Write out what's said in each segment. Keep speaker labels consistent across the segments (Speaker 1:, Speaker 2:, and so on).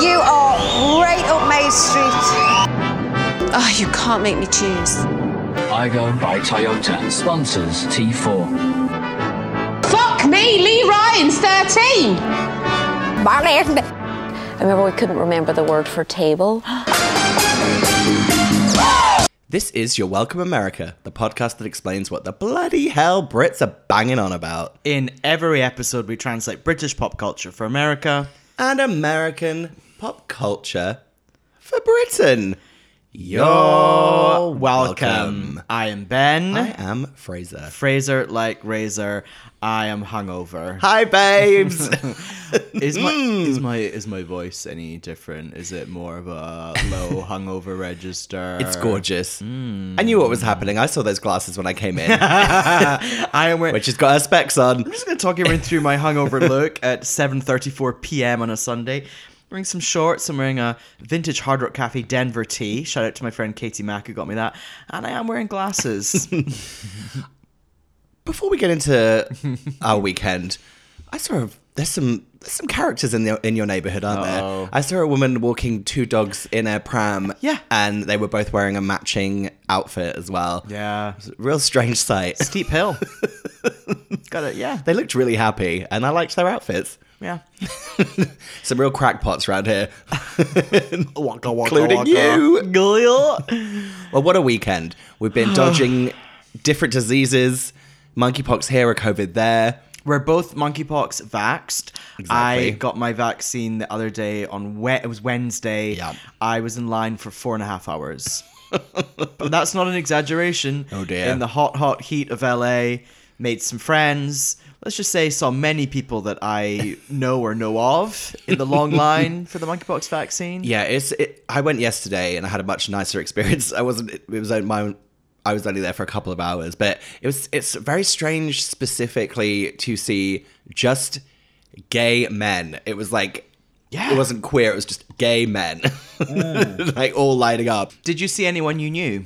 Speaker 1: You are right up Main Street.
Speaker 2: Oh, you can't make me choose.
Speaker 3: I go by Toyota. Sponsors T4.
Speaker 4: Fuck me, Lee Ryan's 13.
Speaker 1: Marley.
Speaker 2: I remember we couldn't remember the word for table.
Speaker 5: This is Your Welcome America, the podcast that explains what the bloody hell Brits are banging on about.
Speaker 6: In every episode, we translate British pop culture for America.
Speaker 5: And American pop culture for Britain. You're
Speaker 6: Welcome. I am Ben.
Speaker 5: I am Fraser.
Speaker 6: Fraser like razor. I am hungover.
Speaker 5: Hi, Mm. babes.
Speaker 6: Is my is my is my voice any different? Is it more of a low hungover register?
Speaker 5: it's gorgeous. I knew what was happening. I saw those glasses when I came in,
Speaker 6: I am.
Speaker 5: but she's got her specs on.
Speaker 6: I'm just gonna talk everyone through my hungover look at 7:34 p.m. on a Sunday. I'm wearing some shorts. I'm wearing a vintage Hard Rock Cafe Denver tee. Shout out to my friend Katie Mack who got me that. And I am wearing glasses.
Speaker 5: Before we get into our weekend, I saw a, there's some there's some characters in the, in your neighborhood, aren't there?
Speaker 6: Uh-oh.
Speaker 5: I saw a woman walking two dogs in a pram.
Speaker 6: Yeah.
Speaker 5: and they were both wearing a matching outfit as well.
Speaker 6: yeah,
Speaker 5: real strange sight.
Speaker 6: steep hill. got it. Yeah,
Speaker 5: They looked really happy, and I liked their outfits.
Speaker 6: yeah.
Speaker 5: Some real crackpots around here.
Speaker 6: Waka, waka,
Speaker 5: Including you.
Speaker 6: Glil.
Speaker 5: Well, what a weekend! We've been dodging different diseases. Monkeypox here, a COVID there.
Speaker 6: We're both monkeypox vaxxed.
Speaker 5: Exactly.
Speaker 6: I got my vaccine the other day on we- it was Wednesday.
Speaker 5: Yeah.
Speaker 6: I was in line for four and a half hours. but that's not an exaggeration.
Speaker 5: Oh, dear.
Speaker 6: In the hot, hot heat of LA, made some friends. Let's just say saw many people that I know or know of in the long line for the monkeypox vaccine.
Speaker 5: Yeah, it's. It, I went yesterday and I had a much nicer experience. I wasn't. It was only my. I was only there for a couple of hours, but it was. It's very strange, specifically to see just gay men. It was like.
Speaker 6: Yeah.
Speaker 5: It wasn't queer. It was just gay men, like all lighting up.
Speaker 6: Did you see anyone you knew?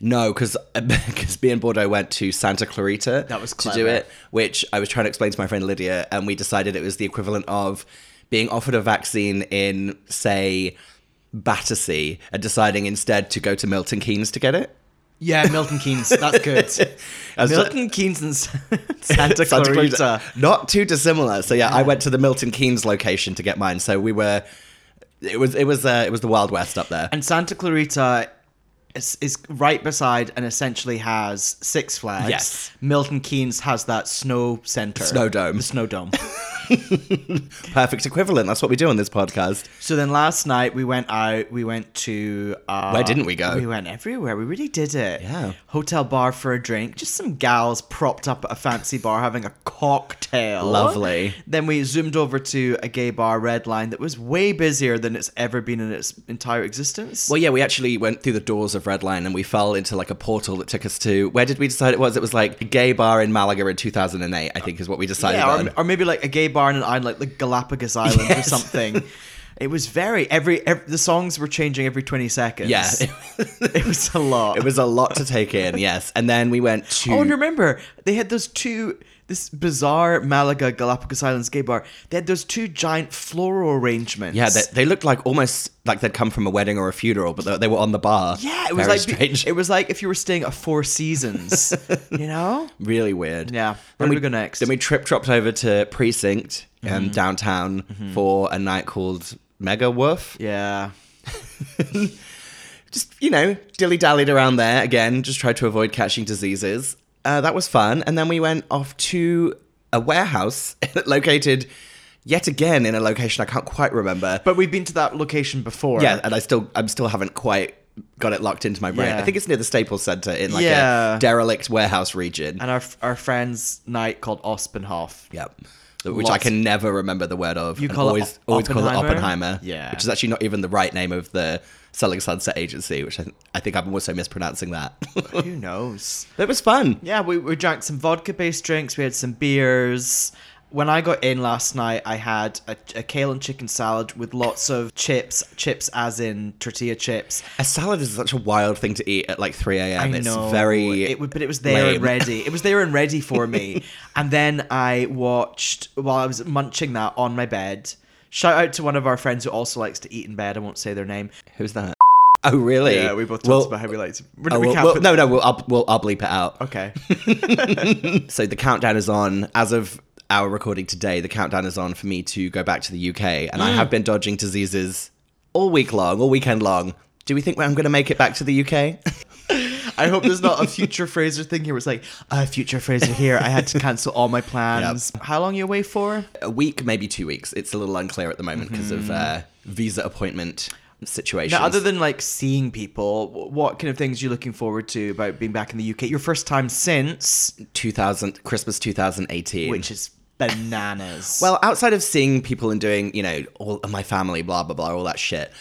Speaker 5: No, because because me and Bordeaux went to Santa Clarita.
Speaker 6: That was
Speaker 5: to do
Speaker 6: clever.
Speaker 5: it, which I was trying to explain to my friend Lydia, and we decided it was the equivalent of being offered a vaccine in say Battersea and deciding instead to go to Milton Keynes to get it.
Speaker 6: Yeah, Milton Keynes. That's good.
Speaker 5: I was
Speaker 6: Milton Keynes and Santa Clarita.
Speaker 5: not too dissimilar. So yeah, I went to the Milton Keynes location to get mine. So we were. It was it was uh, it was the Wild West up there.
Speaker 6: And Santa Clarita is, is right beside and essentially has Six Flags.
Speaker 5: Yes.
Speaker 6: Milton Keynes has that snow center.
Speaker 5: Snow dome.
Speaker 6: The snow dome.
Speaker 5: Perfect equivalent. That's what we do on this podcast.
Speaker 6: so then last night we went out, we went to. Uh,
Speaker 5: Where didn't we go?
Speaker 6: We went everywhere. We really did it.
Speaker 5: Yeah.
Speaker 6: Hotel bar for a drink. Just some gals propped up at a fancy bar having a cocktail.
Speaker 5: Lovely.
Speaker 6: Then we zoomed over to a gay bar, Red Line, that was way busier than it's ever been in its entire existence.
Speaker 5: Well, yeah, we actually went through the doors of Red Line and we fell into like a portal that took us to where did we decide it was? It was like a gay bar in Malaga in 2008, I think, is what we decided
Speaker 6: Yeah,
Speaker 5: on.
Speaker 6: or, or maybe like a gay bar in an island, like the Galapagos Islands
Speaker 5: Yes.
Speaker 6: or something. It was very every, ev the songs were changing every twenty seconds.
Speaker 5: yeah,
Speaker 6: it was a lot.
Speaker 5: it was a lot to take in. Yes, and then we went to.
Speaker 6: Oh, and remember they had those two. This bizarre Malaga Galapagos Islands gay bar. They had those two giant floral arrangements.
Speaker 5: yeah, they, they looked like almost like they'd come from a wedding or a funeral, but they, they were on the bar.
Speaker 6: yeah. It was
Speaker 5: Very
Speaker 6: like be-
Speaker 5: strange.
Speaker 6: it was like if you were staying at Four Seasons. you know.
Speaker 5: really weird.
Speaker 6: Yeah. Where
Speaker 5: Then we
Speaker 6: do we go next? Mm-hmm.
Speaker 5: Then we trip dropped over to Precinct um, downtown for a night called Mega Woof.
Speaker 6: Yeah.
Speaker 5: just you know dilly dallied around there again just tried to avoid catching diseases uh, that was fun and then we went off to a warehouse located yet again in a location i can't quite remember
Speaker 6: But we've been to that location before.
Speaker 5: yeah and i still i'm still haven't quite got it locked into my brain
Speaker 6: Yeah.
Speaker 5: i think it's near the staples center in like
Speaker 6: Yeah.
Speaker 5: a derelict warehouse region
Speaker 6: And our our friend's night called Ospenhof.
Speaker 5: yep which I
Speaker 6: Lots-
Speaker 5: can never remember the word of.
Speaker 6: You
Speaker 5: and
Speaker 6: call it
Speaker 5: always,
Speaker 6: O-
Speaker 5: always call it
Speaker 6: Oppenheimer?
Speaker 5: Oppenheimer.
Speaker 6: Yeah.
Speaker 5: which is actually not even the right name of the Selling Sunset Agency, which I, I think I'm also mispronouncing that. but
Speaker 6: Who knows?
Speaker 5: it was fun.
Speaker 6: Yeah, we, we drank some vodka based drinks, we had some beers. When I got in last night, I had a, a kale and chicken salad with lots of chips, chips as in tortilla chips.
Speaker 5: A salad is such a wild thing to eat at like 3 a.m.
Speaker 6: I
Speaker 5: It's
Speaker 6: know,
Speaker 5: very.
Speaker 6: It, wa- but it was there
Speaker 5: lame.
Speaker 6: and ready. It was there and ready for me. and then I watched while I was munching that on my bed. Shout out to one of our friends who also likes to eat in bed. I won't say their name.
Speaker 5: Who's that? Oh, really?
Speaker 6: Yeah, we both talked
Speaker 5: Well-
Speaker 6: about how we like to. we
Speaker 5: Oh,
Speaker 6: we
Speaker 5: well,
Speaker 6: can't
Speaker 5: well,
Speaker 6: put-
Speaker 5: no, no, we'll, I'll, we'll, I'll bleep it out.
Speaker 6: Okay.
Speaker 5: So the countdown is on. As of our recording today, the countdown is on for me to go back to the UK. And
Speaker 6: Hmm.
Speaker 5: I have been dodging diseases all week long, all weekend long. Do we think I'm going to make it back to the UK?
Speaker 6: I hope there's not a future Fraser thing here. where It's like, uh, future Fraser here. I had to cancel all my plans. How long you away for?
Speaker 5: a week, maybe two weeks. It's a little unclear at the moment because of uh, visa appointment situations.
Speaker 6: Hmm. Now, other than like seeing people, wh- what kind of things are you looking forward to about being back in the UK? Your first time since,
Speaker 5: 2000 Christmas 2018,
Speaker 6: which is bananas.
Speaker 5: Well, outside of seeing people and doing, you know, all of my family, blah blah blah, all that shit,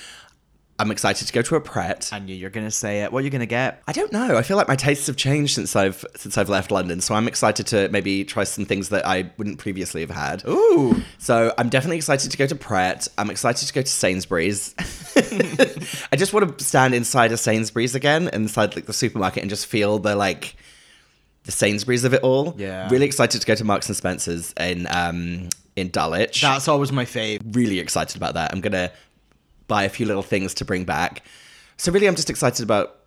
Speaker 5: I'm excited to go to a Pret.
Speaker 6: I knew you're gonna say it. What are you gonna get?
Speaker 5: I don't know. I feel like my tastes have changed since I've since I've left London, so I'm excited to maybe try some things that I wouldn't previously have had.
Speaker 6: Ooh,
Speaker 5: So I'm definitely excited to go to Pret. I'm excited to go to Sainsbury's. I just want to stand inside a Sainsbury's again, inside like the supermarket, and just feel the like the Sainsbury's of it all.
Speaker 6: Yeah.
Speaker 5: Really excited to go to Marks and Spencers in um in Dulwich.
Speaker 6: that's always my fave.
Speaker 5: really excited about that. I'm gonna buy a few little things to bring back. So really, I'm just excited about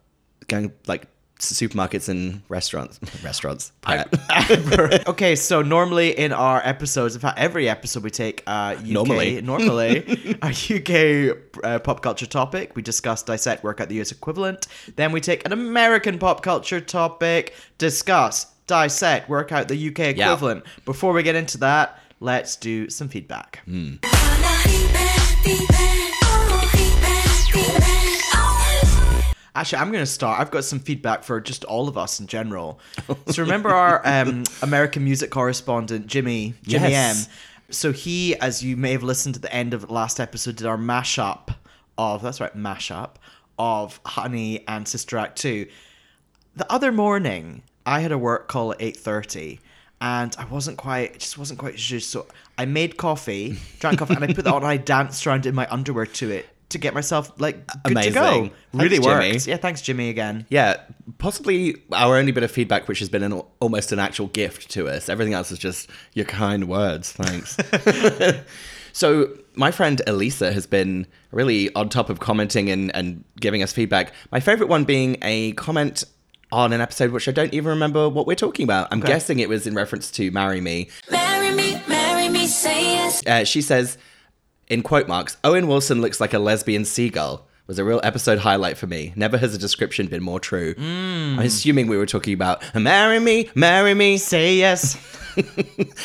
Speaker 5: going like to supermarkets and restaurants. restaurants. Pret.
Speaker 6: Okay, so normally in our episodes, in fact, every episode we take uh, UK,
Speaker 5: Normally.
Speaker 6: normally a UK uh, pop culture topic. We discuss, dissect, work out the US equivalent. Then we take an American pop culture topic, discuss, dissect, work out the UK
Speaker 5: Yeah.
Speaker 6: equivalent. Before we get into that, let's do some feedback. Actually, I'm going to start. I've got some feedback for just all of us in general. so remember our um, American music correspondent Jimmy Jimmy M.
Speaker 5: Yes.
Speaker 6: So he, as you may have listened to the end of last episode, did our mashup of that's right mashup of Honey and Sister Act Two. The other morning, I had a work call at eight thirty. And I wasn't quite, it just wasn't quite zhuzh. So I made coffee, drank coffee, and I put that on. And I danced around in my underwear to it to get myself like good to go.
Speaker 5: Amazing.
Speaker 6: really
Speaker 5: Thanks,
Speaker 6: worked.
Speaker 5: Jimmy.
Speaker 6: Yeah, thanks, Jimmy, again.
Speaker 5: Yeah, possibly our only bit of feedback, which has been an, almost an actual gift to us. Everything else is just your kind words. Thanks. so, my friend Elisa has been really on top of commenting and, and giving us feedback. My favorite one being a comment on an episode which I don't even remember what we're talking about. I'm guessing it was in reference to Marry Me. Uh, she says, in quote marks, Owen Wilson looks like a lesbian seagull. Was a real episode highlight for me. Never has a description been more true. I'm assuming we were talking about marry me, marry me.
Speaker 6: Say yes.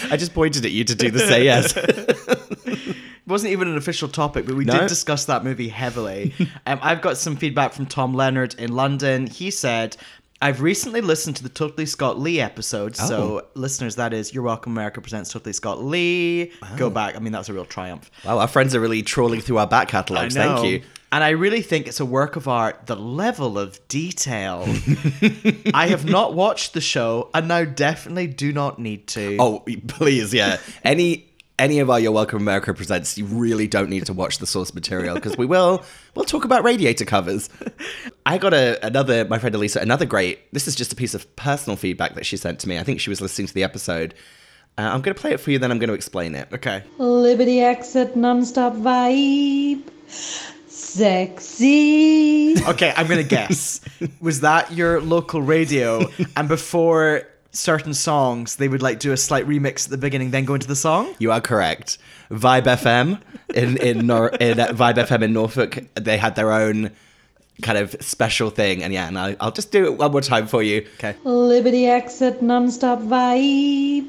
Speaker 5: I just pointed at you to do the say yes.
Speaker 6: It wasn't even an official topic, but we
Speaker 5: No.
Speaker 6: did discuss that movie heavily. um, I've got some feedback from Tom Leonard in London. He said, I've recently listened to the Totally Scott Lee episode.
Speaker 5: Oh.
Speaker 6: So, listeners, that is You're Welcome America presents Totally Scott Lee.
Speaker 5: Oh.
Speaker 6: Go back. I mean, that's a real triumph.
Speaker 5: wow, our friends are really trawling through our back catalogs.
Speaker 6: I know.
Speaker 5: Thank you.
Speaker 6: And I really think it's a work of art, the level of detail. I have not watched the show and now definitely do not need to.
Speaker 5: Oh, please, yeah. Any any of our You're Welcome America presents, you really don't need to watch the source material because we will we'll talk about radiator covers. I got a another my friend Elisa another great. This is just a piece of personal feedback that she sent to me. I think she was listening to the episode. Uh, I'm going to play it for you, then I'm going to explain it.
Speaker 6: Okay.
Speaker 7: Liberty exit nonstop vibe. Sexy.
Speaker 6: Okay, I'm gonna guess. Was that your local radio? And before certain songs, they would like do a slight remix at the beginning, then go into the song.
Speaker 5: You are correct. Vibe FM in in, Nor- in uh, Vibe FM in Norfolk, they had their own kind of special thing, and yeah, and I, I'll just do it one more time for you.
Speaker 6: Okay.
Speaker 7: Liberty exit nonstop vibe.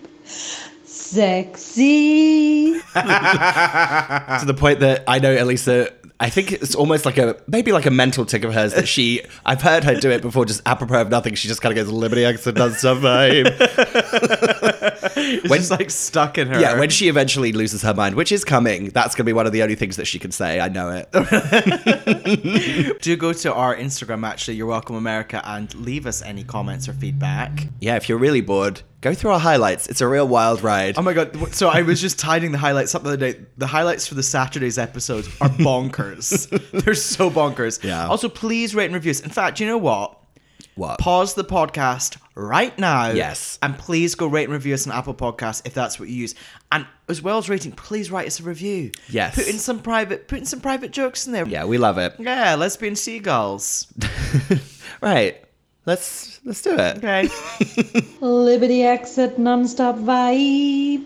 Speaker 7: Sexy.
Speaker 5: to the point that I know Elisa. I think it's almost like a maybe like a mental tick of hers that she. I've heard her do it before, just apropos of nothing. She just kind of goes liberty X and does stuff. vibe."
Speaker 6: It's
Speaker 5: When-
Speaker 6: just like stuck in her.
Speaker 5: yeah, when she eventually loses her mind, which is coming, that's going to be one of the only things that she can say. I know it.
Speaker 6: do go to our Instagram actually, You're Welcome America, and leave us any comments or feedback.
Speaker 5: yeah, if you're really bored, go through our highlights. It's a real wild ride.
Speaker 6: Oh my god! So I was just tidying the highlights up the other day. The highlights for the Saturday's episodes are bonkers. They're so bonkers.
Speaker 5: Yeah.
Speaker 6: Also, please rate and review us. In fact, you know what?
Speaker 5: What?
Speaker 6: Pause the podcast right now.
Speaker 5: Yes.
Speaker 6: And please go rate and review us on Apple Podcasts if that's what you use. And as well as rating, please write us a review.
Speaker 5: Yes.
Speaker 6: Put in some private put in some private jokes in there.
Speaker 5: Yeah, we love it.
Speaker 6: Yeah, lesbian seagulls.
Speaker 5: Right. Let's let's do it.
Speaker 6: Okay.
Speaker 7: Liberty exit nonstop vibe.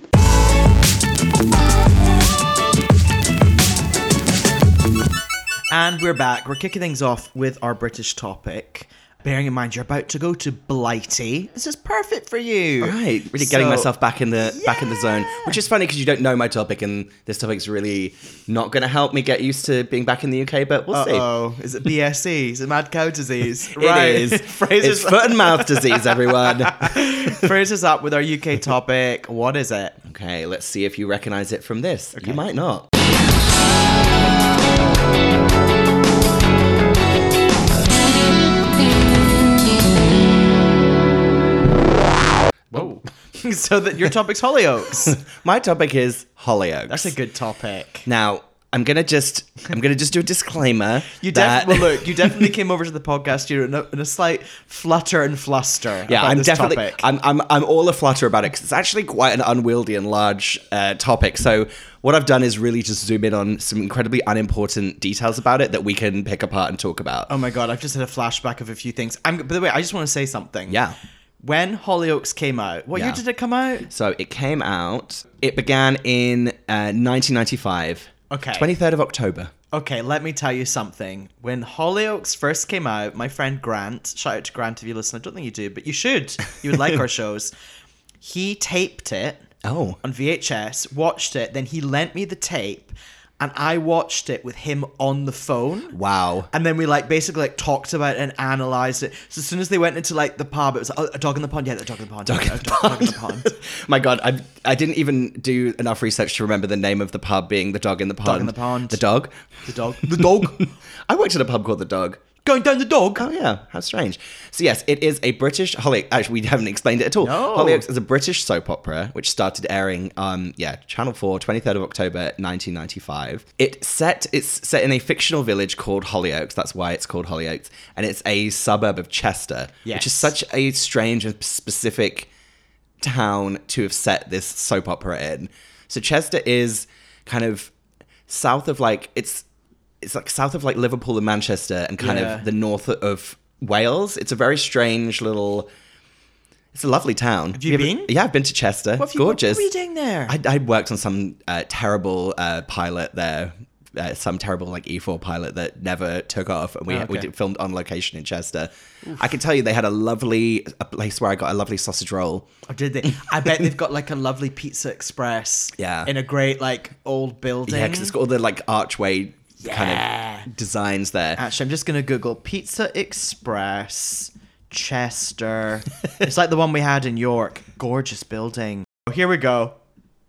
Speaker 6: And we're back. We're kicking things off with our British topic. Bearing in mind you're about to go to Blighty. This is perfect for you.
Speaker 5: Right, really getting
Speaker 6: So-
Speaker 5: myself back in the back in the zone, which is funny because you don't know my topic, and this topic's really not going to help me get used to being back in the UK. But we'll
Speaker 6: Oh, is it BSE? Is it mad cow disease?
Speaker 5: see. It is
Speaker 6: Phrases,
Speaker 5: it's foot and mouth disease, everyone.
Speaker 6: phrases up with our UK topic. What is it?
Speaker 5: okay, let's see if you recognize it from this. You might not.
Speaker 6: Whoa. so that your topic's Hollyoaks.
Speaker 5: My topic is Hollyoaks.
Speaker 6: That's a good topic.
Speaker 5: Now I'm gonna just I'm gonna just do a disclaimer.
Speaker 6: You
Speaker 5: that-
Speaker 6: definitely well, look. You definitely came over to the podcast studio in a, in a slight flutter and fluster.
Speaker 5: Yeah,
Speaker 6: about
Speaker 5: I'm
Speaker 6: this
Speaker 5: definitely.
Speaker 6: topic.
Speaker 5: I'm, I'm I'm all aflutter about it because it's actually quite an unwieldy and large uh, topic. So what I've done is really just zoom in on some incredibly unimportant details about it that we can pick apart and talk about.
Speaker 6: Oh my god, I've just had a flashback of a few things. I'm. By the way, I just want to say something.
Speaker 5: Yeah.
Speaker 6: When Hollyoaks came out, what year
Speaker 5: Yeah.
Speaker 6: did it come out?
Speaker 5: So it came out. It began in uh, 1995.
Speaker 6: Okay.
Speaker 5: 23rd of October.
Speaker 6: Okay, let me tell you something. When Hollyoaks first came out, my friend Grant, shout out to Grant if you listen, I don't think you do, but you should. You would like our shows. He taped it
Speaker 5: Oh.
Speaker 6: on VHS, watched it, then he lent me the tape, and I watched it with him on the phone.
Speaker 5: Wow.
Speaker 6: And then we like basically like talked about it and analyzed it. So as soon as they went into like the pub, it was like, oh, a dog in the pond. Yeah, the dog in the pond. Dog, in, the dog in the pond.
Speaker 5: My God, I I didn't even do enough research to remember the name of the pub being the dog in the pond.
Speaker 6: in the pond.
Speaker 5: The dog.
Speaker 6: the dog.
Speaker 5: The dog. I worked at a pub called the dog.
Speaker 6: Going down the dog.
Speaker 5: Oh yeah, how strange. So yes, it is a British Holly. Actually, we haven't explained it at all.
Speaker 6: No.
Speaker 5: Hollyoaks is a British soap opera which started airing, um, yeah, Channel 4, 23rd of October, nineteen ninety five. It set it's set in a fictional village called Hollyoaks. That's why it's called Hollyoaks, and it's a suburb of Chester, which
Speaker 6: Yes.
Speaker 5: is such a strange and specific town to have set this soap opera in. So Chester is kind of south of like it's it's like south of like Liverpool and Manchester and kind
Speaker 6: Yeah.
Speaker 5: of the north of Wales. It's a very strange little it's a lovely town. Have
Speaker 6: you been?
Speaker 5: yeah, I've been to Chester.
Speaker 6: What, have you,
Speaker 5: Gorgeous.
Speaker 6: what were you doing there?
Speaker 5: I, I worked on some uh, terrible uh, pilot there, uh, some terrible like E4 pilot that never took off, and we
Speaker 6: Oh, okay.
Speaker 5: we did, filmed on location in Chester. I can tell you they had a lovely a place where I got a lovely sausage roll.
Speaker 6: Or Oh, did they? I bet they've got like a lovely Pizza Express.
Speaker 5: Yeah.
Speaker 6: In a great like old building.
Speaker 5: Yeah, because it's got all the like archway
Speaker 6: Yeah.
Speaker 5: kind of designs there.
Speaker 6: Actually, I'm just gonna Google Pizza Express Chester. it's like the one we had in York. Gorgeous building. Oh, here we go.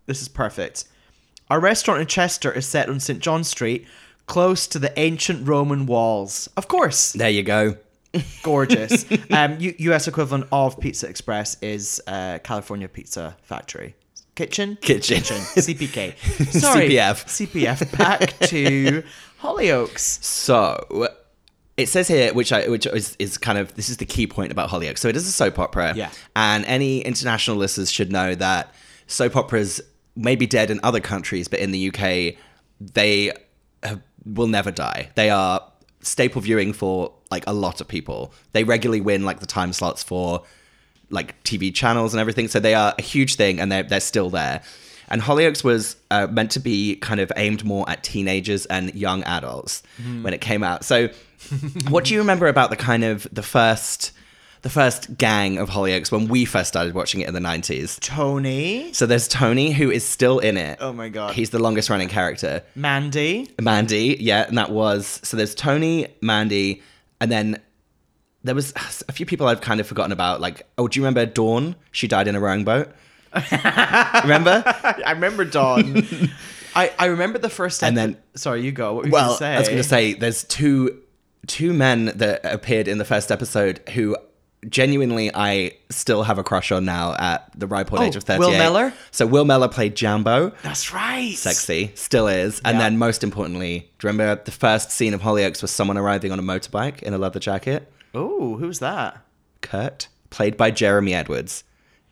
Speaker 6: This is perfect. Our restaurant in Chester is set on St John Street, close to the ancient Roman walls. Of course,
Speaker 5: there you go.
Speaker 6: gorgeous. um, U- U.S. equivalent of Pizza Express is uh, California Pizza Factory Kitchen.
Speaker 5: Kitchen.
Speaker 6: CPK. Sorry.
Speaker 5: CPF.
Speaker 6: CPF. Back to Hollyoaks.
Speaker 5: So it says here, which I which is, is kind of this is the key point about Hollyoaks. So it is a soap opera,
Speaker 6: Yeah.
Speaker 5: And any international listeners should know that soap operas may be dead in other countries, but in the UK, they have, will never die. They are staple viewing for like a lot of people. They regularly win like the time slots for like TV channels and everything. So they are a huge thing, and they're they're still there. And Hollyoaks was uh, meant to be kind of aimed more at teenagers and young adults when it came out. So, what do you remember about the kind of the first, the first gang of Hollyoaks when we first started watching it in the nineties?
Speaker 6: Tony,
Speaker 5: So there's Tony who is still in it.
Speaker 6: Oh my God.
Speaker 5: he's the longest running character.
Speaker 6: Mandy,
Speaker 5: Mandy, yeah, and that was so. There's Tony, Mandy, and then there was a few people I've kind of forgotten about. Like, oh, do you remember Dawn? She died in a rowing boat. remember?
Speaker 6: I remember Dawn. I, I remember the first
Speaker 5: And
Speaker 6: ep-
Speaker 5: then-
Speaker 6: sorry, you go. What were you
Speaker 5: Well,
Speaker 6: gonna say?
Speaker 5: I was going to say there's two two men that appeared in the first episode who genuinely I still have a crush on now at the ripe old
Speaker 6: Oh,
Speaker 5: age of 38.
Speaker 6: Will Mellor?
Speaker 5: So Will Mellor played Jambo.
Speaker 6: That's right.
Speaker 5: Sexy, still is. And
Speaker 6: Yeah.
Speaker 5: then, most importantly, do you remember the first scene of Hollyoaks was someone arriving on a motorbike in a leather jacket?
Speaker 6: Oh, who's that?
Speaker 5: Kurt, played by Jeremy Edwards,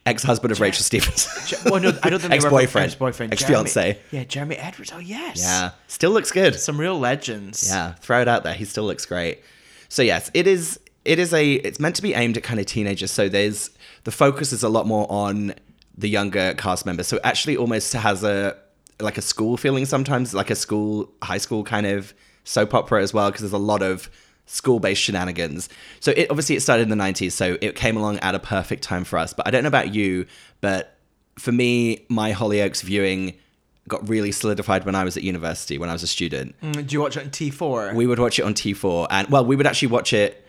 Speaker 5: ex-husband of Rachel Stevens.
Speaker 6: Je- well, no, I don't think they were-
Speaker 5: Ex-boyfriend.
Speaker 6: ex-boyfriend,
Speaker 5: Ex-fiancé.
Speaker 6: Jeremy- Yeah, Jeremy Edwards. Oh yes.
Speaker 5: yeah, still looks good.
Speaker 6: Some real legends.
Speaker 5: Yeah, throw it out there. He still looks great. So yes, it is. It is a. It's meant to be aimed at kind of teenagers. So there's the focus is a lot more on the younger cast members. So it actually almost has a like a school feeling sometimes, like a school, high school kind of soap opera as well, because there's a lot of school-based shenanigans. So it obviously it started in the 90s, so it came along at a perfect time for us. But I don't know about you, but for me, my Hollyoaks viewing got really solidified when I was at university, when I was a student.
Speaker 6: Mm, Do you watch it on T four?
Speaker 5: We would watch it on T4, and well, we would actually watch it.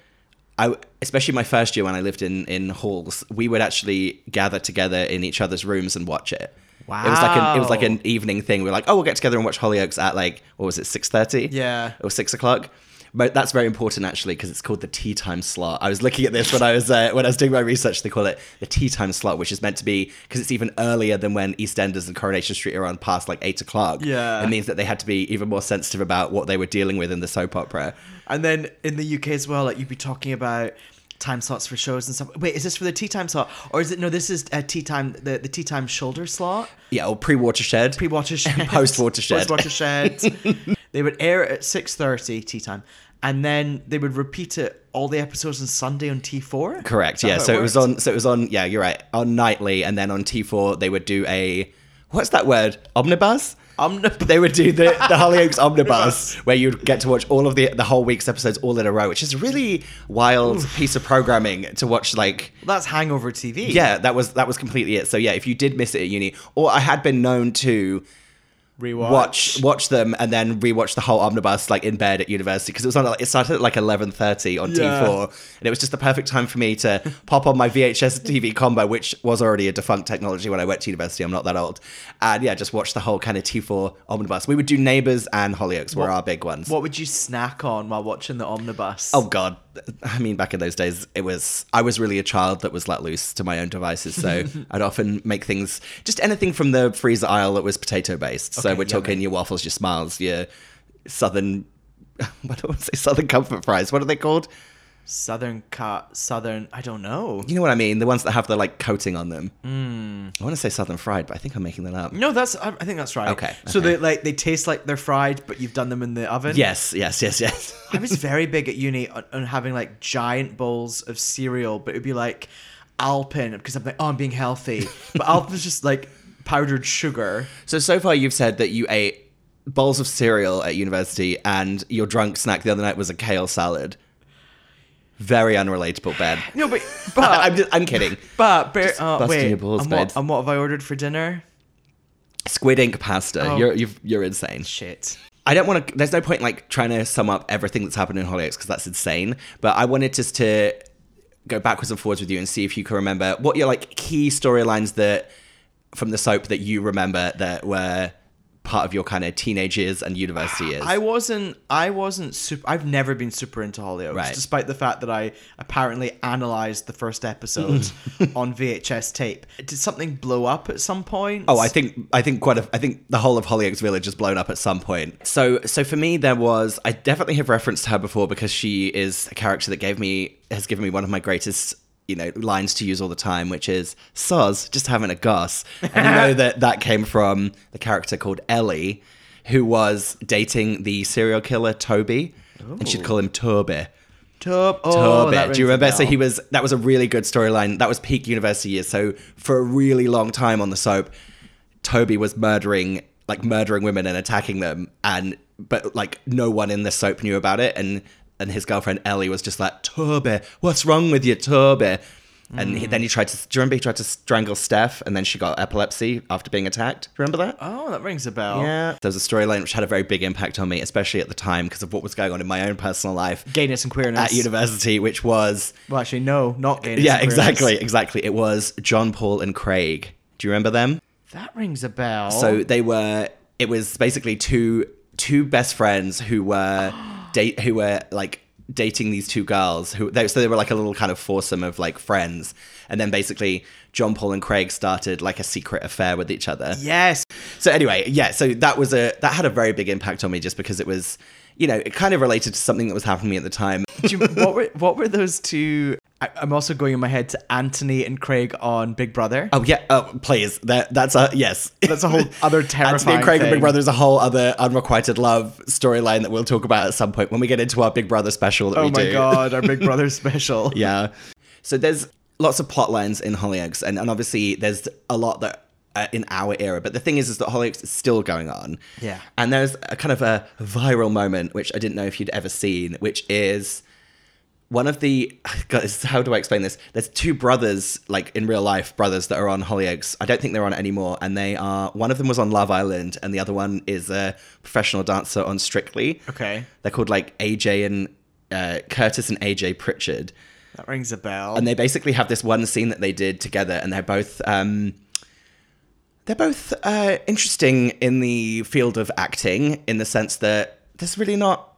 Speaker 5: I, especially my first year when I lived in in halls, we would actually gather together in each other's rooms and watch it. It was like an it was like an evening thing. We were like, oh, we'll get together and watch Hollyoaks at like what was it, six thirty?
Speaker 6: Yeah.
Speaker 5: or six o'clock. But that's very important actually because it's called the tea time slot. I was looking at this when I was uh, when I was doing my research. They call it the tea time slot, which is meant to be because it's even earlier than when EastEnders and Coronation Street are on past like eight o'clock.
Speaker 6: Yeah.
Speaker 5: it means that they had to be even more sensitive about what they were dealing with in the soap opera.
Speaker 6: And then in the UK as well, like you'd be talking about time slots for shows and stuff. Wait, is this for the tea time slot, or is it no? This is a tea time the, the tea time shoulder slot,
Speaker 5: Yeah, or pre watershed.
Speaker 6: pre watershed,
Speaker 5: Post watershed.
Speaker 6: post watershed. they would air it at six thirty tea time, and then they would repeat it all the episodes on Sunday on T four.
Speaker 5: Correct. Yeah. So it was on. So it was on. Yeah, you're right. On nightly, and then on T4 they would do a what's that word? Omnibus.
Speaker 6: Omnibus.
Speaker 5: They would do the the Hollyoaks omnibus, where you'd get to watch all of the the whole week's episodes all in a row, which is a really wild piece of programming to watch. Like
Speaker 6: That's Hangover TV.
Speaker 5: yeah, that was that was completely it. So yeah, if you did miss it at uni, or I had been known to
Speaker 6: rewatch.
Speaker 5: watch watch them and then rewatch the whole omnibus like in bed at university because it was on it started at like 11:30 on
Speaker 6: Yeah.
Speaker 5: T4 and it was just the perfect time for me to pop on my VHS TV combo which was already a defunct technology when I went to university I'm not that old and yeah just watch the whole kind of T4 omnibus we would do neighbors and Hollyoaks were our big ones
Speaker 6: What would you snack on while watching the omnibus?
Speaker 5: Oh god. I mean back in those days it was I was really a child that was let loose to my own devices so I'd often make things just anything from the freezer aisle that was potato based. so
Speaker 6: Okay,
Speaker 5: we're talking
Speaker 6: yummy.
Speaker 5: your waffles, your smiles, your southern what do I say southern comfort fries. What are they called?
Speaker 6: Southern cut. Southern. I don't know.
Speaker 5: You know what I mean? The ones that have the like coating on them. I want to say southern fried but I think I'm making that up.
Speaker 6: No, that's. I, I think that's right.
Speaker 5: Okay,
Speaker 6: So
Speaker 5: okay.
Speaker 6: they like they taste like they're fried, but you've done them in the oven.
Speaker 5: Yes, yes, yes, yes.
Speaker 6: I was very big at uni on, on having like giant bowls of cereal, but it'd be like Alpen because I'm like, oh, I'm being healthy, but Alpen's just like powdered sugar.
Speaker 5: So so far you've said that you ate bowls of cereal at university and your drunk snack the other night was a kale salad. Very unrelatable, Ben.
Speaker 6: No, but but
Speaker 5: I'm, just, I'm kidding.
Speaker 6: but bear,
Speaker 5: Just
Speaker 6: uh,
Speaker 5: busting
Speaker 6: wait,
Speaker 5: your balls,
Speaker 6: and, what,
Speaker 5: babes.
Speaker 6: and what have I ordered for dinner?
Speaker 5: Squid ink pasta.
Speaker 6: Oh.
Speaker 5: You're you've, you're insane.
Speaker 6: Shit.
Speaker 5: I don't want to. There's no point in, like trying to sum up everything that's happened in Hollyoaks because that's insane. But I wanted just to go backwards and forwards with you and see if you can remember what your like key storylines that from the soap that you remember that were part of your kind of teenage years and university years.
Speaker 6: I wasn't. I wasn't super. I've never been super into Hollyoaks,
Speaker 5: Right.
Speaker 6: despite the fact that I apparently analyzed the first episode on VHS tape. Did something blow up at some point?
Speaker 5: Oh, I think I think quite a I think the whole of Hollyoaks Village has blown up at some point. So so for me there was I definitely have referenced her before because she is a character that gave me has given me one of my greatest you know lines to use all the time, which is "Soz just having a goss," and you know that that came from the character called Ellie, who was dating the serial killer Toby, and she'd call him Toby.
Speaker 6: Tub. Oh,
Speaker 5: Toby.
Speaker 6: that
Speaker 5: Do you
Speaker 6: rings a
Speaker 5: remember? So
Speaker 6: bell.
Speaker 5: he was. That was a really good storyline. That was peak university years. So for a really long time on the soap, Toby was murdering, like murdering women and attacking them, and but like no one in the soap knew about it, and and his girlfriend Ellie was just like, Toby, what's wrong with you, Toby? And he, then he tried to. Do you remember he tried to strangle Steph, and then she got epilepsy after being attacked? Do you remember that?
Speaker 6: Oh, that rings a bell.
Speaker 5: Yeah. There was a storyline which had a very big impact on me, especially at the time because of what was going on in my own personal life
Speaker 6: Gayness and queerness.
Speaker 5: at university, which was
Speaker 6: Well, actually, no, not gayness.
Speaker 5: yeah,
Speaker 6: and queerness.
Speaker 5: exactly, exactly. It was John Paul and Craig. Do you remember them?
Speaker 6: That rings a bell.
Speaker 5: So they were. It was basically two two best friends who were date who were like dating these two girls who they, so they were like a little kind of foursome of like friends and then basically John Paul and Craig started like a secret affair with each other.
Speaker 6: yes,
Speaker 5: So anyway, yeah, so that was a that had a very big impact on me just because it was you know, it kind of related to something that was happening to me at the time.
Speaker 6: Do you, what were what were those two? I, I'm also going in my head to Anthony and Craig on Big Brother.
Speaker 5: Oh yeah, oh please, that that's a yes.
Speaker 6: That's a whole other
Speaker 5: Anthony
Speaker 6: terrifying
Speaker 5: and Craig and
Speaker 6: thing.
Speaker 5: Big Brother is a whole other unrequited love storyline that we'll talk about at some point when we get into our Big Brother special. That
Speaker 6: Oh
Speaker 5: we
Speaker 6: my
Speaker 5: do.
Speaker 6: god, our Big Brother special.
Speaker 5: yeah. So there's lots of plot lines in Hollyoaks, and, and obviously there's a lot that uh, in our era. But the thing is, is that Hollyoaks is still going on.
Speaker 6: Yeah.
Speaker 5: And there's a kind of a viral moment which I didn't know if you'd ever seen, which is one of the God, this- how do I explain this? There's two brothers, like in real life, brothers that are on Hollyoaks. I don't think they're on it anymore, and they are one of them was on Love Island, and the other one is a professional dancer on Strictly.
Speaker 6: Okay.
Speaker 5: They're called like AJ and uh, Curtis and AJ Pritchard
Speaker 6: That rings a bell.
Speaker 5: and they basically have this one scene that they did together and they're both um they're both uh interesting in the field of acting in the sense that there's really not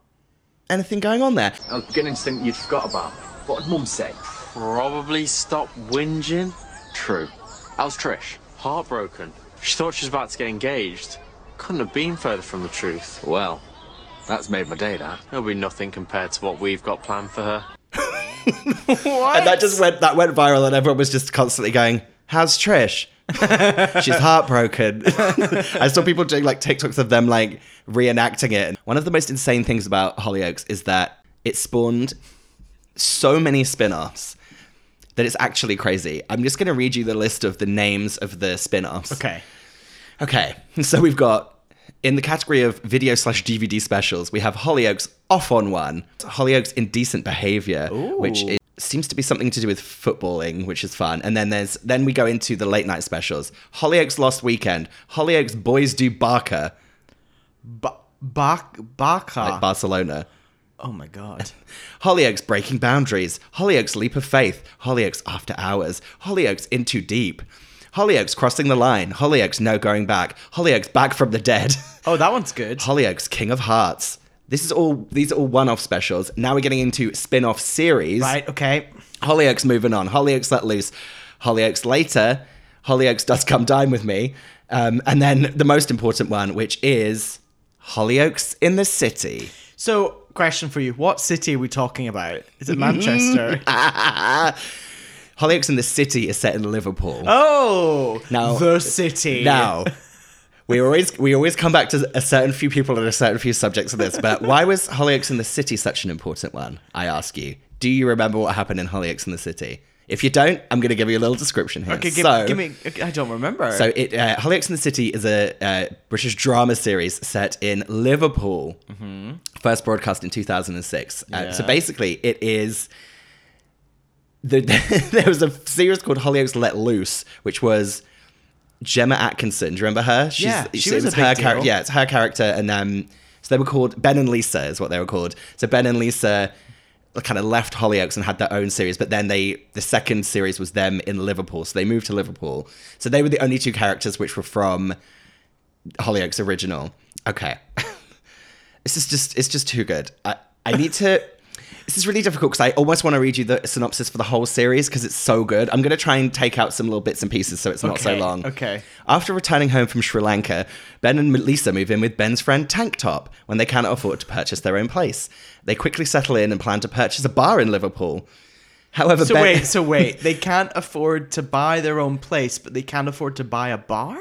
Speaker 5: anything going on there
Speaker 3: I was beginning to think you'd forgot about me. What did Mum say?
Speaker 8: Probably stop whinging. True. How's Trish? Heartbroken. She thought she was about to get engaged. Couldn't have been further from the truth. Well, that's made my day, Dad. It'll be nothing compared to what we've got planned for her.
Speaker 5: and that just went that went viral and everyone was just constantly going how's trish she's heartbroken i saw people doing like tiktoks of them like reenacting it one of the most insane things about hollyoaks is that it spawned so many spin-offs that it's actually crazy i'm just going to read you the list of the names of the spin-offs
Speaker 6: okay.
Speaker 5: Okay, so we've got in the category of video slash DVD specials, we have Hollyoaks off on one, Hollyoaks indecent behavior, which is, seems to be something to do with footballing, which is fun. And then there's then we go into the late night specials, Hollyoaks lost weekend, Hollyoaks boys do Barca,
Speaker 6: Ba- Bach- Baca.
Speaker 5: like Barcelona.
Speaker 6: oh my god.
Speaker 5: Hollyoaks Breaking Boundaries, Hollyoaks Leap of Faith, Hollyoaks After Hours, Hollyoaks In Too Deep, Hollyoaks Crossing the Line, Hollyoaks No Going Back, Hollyoaks Back from the Dead.
Speaker 6: Oh, that one's good.
Speaker 5: Hollyoaks, King of Hearts. This is all. These are all one-off specials. Now we're getting into spin-off series.
Speaker 6: Right. Okay.
Speaker 5: Hollyoaks moving on. Hollyoaks let loose. Hollyoaks later. Hollyoaks does come dine with me. Um, and then the most important one, which is Hollyoaks in the city.
Speaker 6: So, question for you: What city are we talking about? Is
Speaker 5: Mm-hmm.
Speaker 6: it Manchester?
Speaker 5: Hollyoaks in the city is set in Liverpool.
Speaker 6: oh,
Speaker 5: Now-
Speaker 6: the city.
Speaker 5: Now, we always we always come back to a certain few people and a certain few subjects of this, but why was Hollyoaks in the City such an important one? I ask you. Do you remember what happened in Hollyoaks in the City? If you don't, I'm going to give you a little description here.
Speaker 6: Okay, give,
Speaker 5: so,
Speaker 6: give me. I don't remember.
Speaker 5: So, it, uh, Hollyoaks in the City is a uh, British drama series set in Liverpool, first broadcast in 2006. Uh, so,
Speaker 6: Mm-hmm. Yeah.
Speaker 5: basically, it is the, there was a series called Hollyoaks Let Loose, which was Gemma Atkinson. Do you remember her? She's,
Speaker 6: Yeah, she was
Speaker 5: it
Speaker 6: a big
Speaker 5: her character.
Speaker 6: deal.
Speaker 5: Yeah, it's her character, and um, so they were called Ben and Lisa is what they were called. So Ben and Lisa kind of left Hollyoaks and had their own series, but then they the second series was them in Liverpool, so they moved to Liverpool. So they were the only two characters which were from Hollyoaks original. Okay, this is just it's just too good. I I need to. This is really difficult because I almost want to read you the synopsis for the whole series because it's so good. I'm going to try and take out some little bits and pieces so it's not so
Speaker 6: Okay,
Speaker 5: long.
Speaker 6: okay.
Speaker 5: After returning home from Sri Lanka, Ben and Lisa move in with Ben's friend Tank Top when they cannot afford to purchase their own place. They quickly settle in and plan to purchase a bar in Liverpool. However,
Speaker 6: So
Speaker 5: Ben-
Speaker 6: wait, so wait. They can't afford to buy their own place, but they can't afford to buy a bar.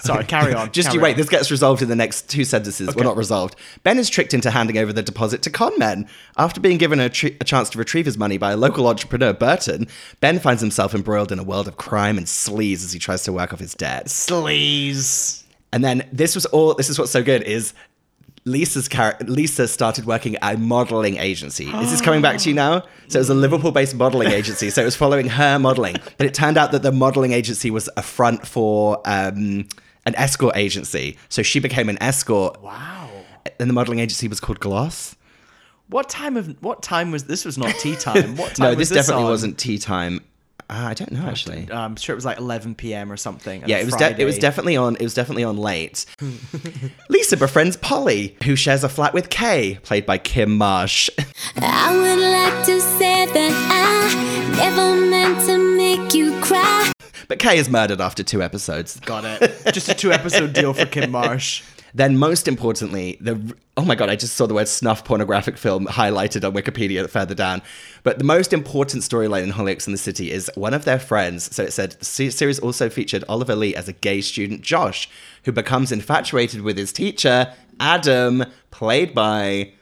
Speaker 6: Sorry, carry on.
Speaker 5: Just
Speaker 6: carry
Speaker 5: you wait.
Speaker 6: on.
Speaker 5: This gets resolved in the next two sentences. Well, not resolved. Ben is tricked into handing over the deposit to con men. After being given a, tr- a chance to retrieve his money by a local entrepreneur, Burton, Ben finds himself embroiled in a world of crime and sleaze as he tries to work off his debts.
Speaker 6: sleaze.
Speaker 5: And then this was all. This is what's so good is. Lisa's character, Lisa started working at a modeling agency. Is this coming back to you now? So it was a Liverpool based modeling agency. So it was following her modeling. But it turned out that the modeling agency was a front for um, an escort agency. So she became an escort.
Speaker 6: Wow.
Speaker 5: And the modeling agency was called Gloss.
Speaker 6: What time of what time was this? Was not tea time. What time
Speaker 5: No,
Speaker 6: was
Speaker 5: this definitely
Speaker 6: on?
Speaker 5: wasn't tea time. Uh, I don't know actually.
Speaker 6: I'm sure it was like 11 p.m. or something. on
Speaker 5: Yeah,
Speaker 6: a
Speaker 5: it was de- it was
Speaker 6: Friday.
Speaker 5: definitely on it was definitely on late. Lisa befriends Polly, who shares a flat with Kay, played by Kim Marsh.
Speaker 9: I would like to say that I never meant to make you cry.
Speaker 5: but Kay is murdered after two episodes.
Speaker 6: Got it. Just a two episode deal for Kim Marsh.
Speaker 5: Then, most importantly, the oh my god, I just saw the word snuff pornographic film highlighted on Wikipedia further down. But the most important storyline in Hollyoaks in the City is one of their friends. So it said the se- series also featured Oliver Lee as a gay student, Josh, who becomes infatuated with his teacher, Adam, played by.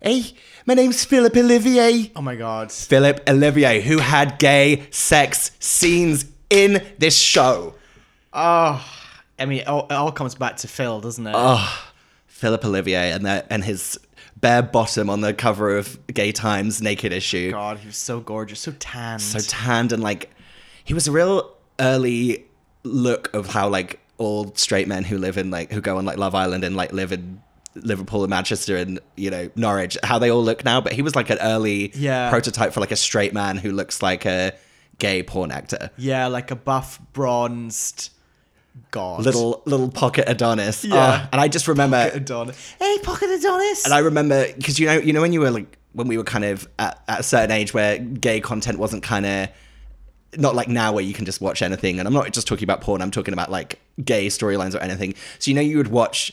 Speaker 5: Hey, my name's Philip Olivier.
Speaker 6: Oh my god.
Speaker 5: Philip Olivier, who had gay sex scenes in this show.
Speaker 6: Oh, I mean, it all, it all comes back to Phil, doesn't it?
Speaker 5: Philip Olivier and that and his bare bottom on the cover of Gay Times Naked issue.
Speaker 6: God, he was so gorgeous, so tanned.
Speaker 5: So tanned and like he was a real early look of how like all straight men who live in like who go on like Love Island and like live in Liverpool and Manchester and you know Norwich how they all look now but he was like an early
Speaker 6: Yeah.
Speaker 5: prototype for like a straight man who looks like a gay porn actor.
Speaker 6: yeah, like a buff, bronzed god.
Speaker 5: Little little pocket Adonis.
Speaker 6: Yeah.
Speaker 5: Ah, and I just remember
Speaker 6: Adonis. Hey, Pocket Adonis.
Speaker 5: And I remember because you know, you know, when you were like when we were kind of at, at a certain age where gay content wasn't kind of not like now where you can just watch anything. And I'm not just talking about porn. I'm talking about like gay storylines or anything. So you know, you would watch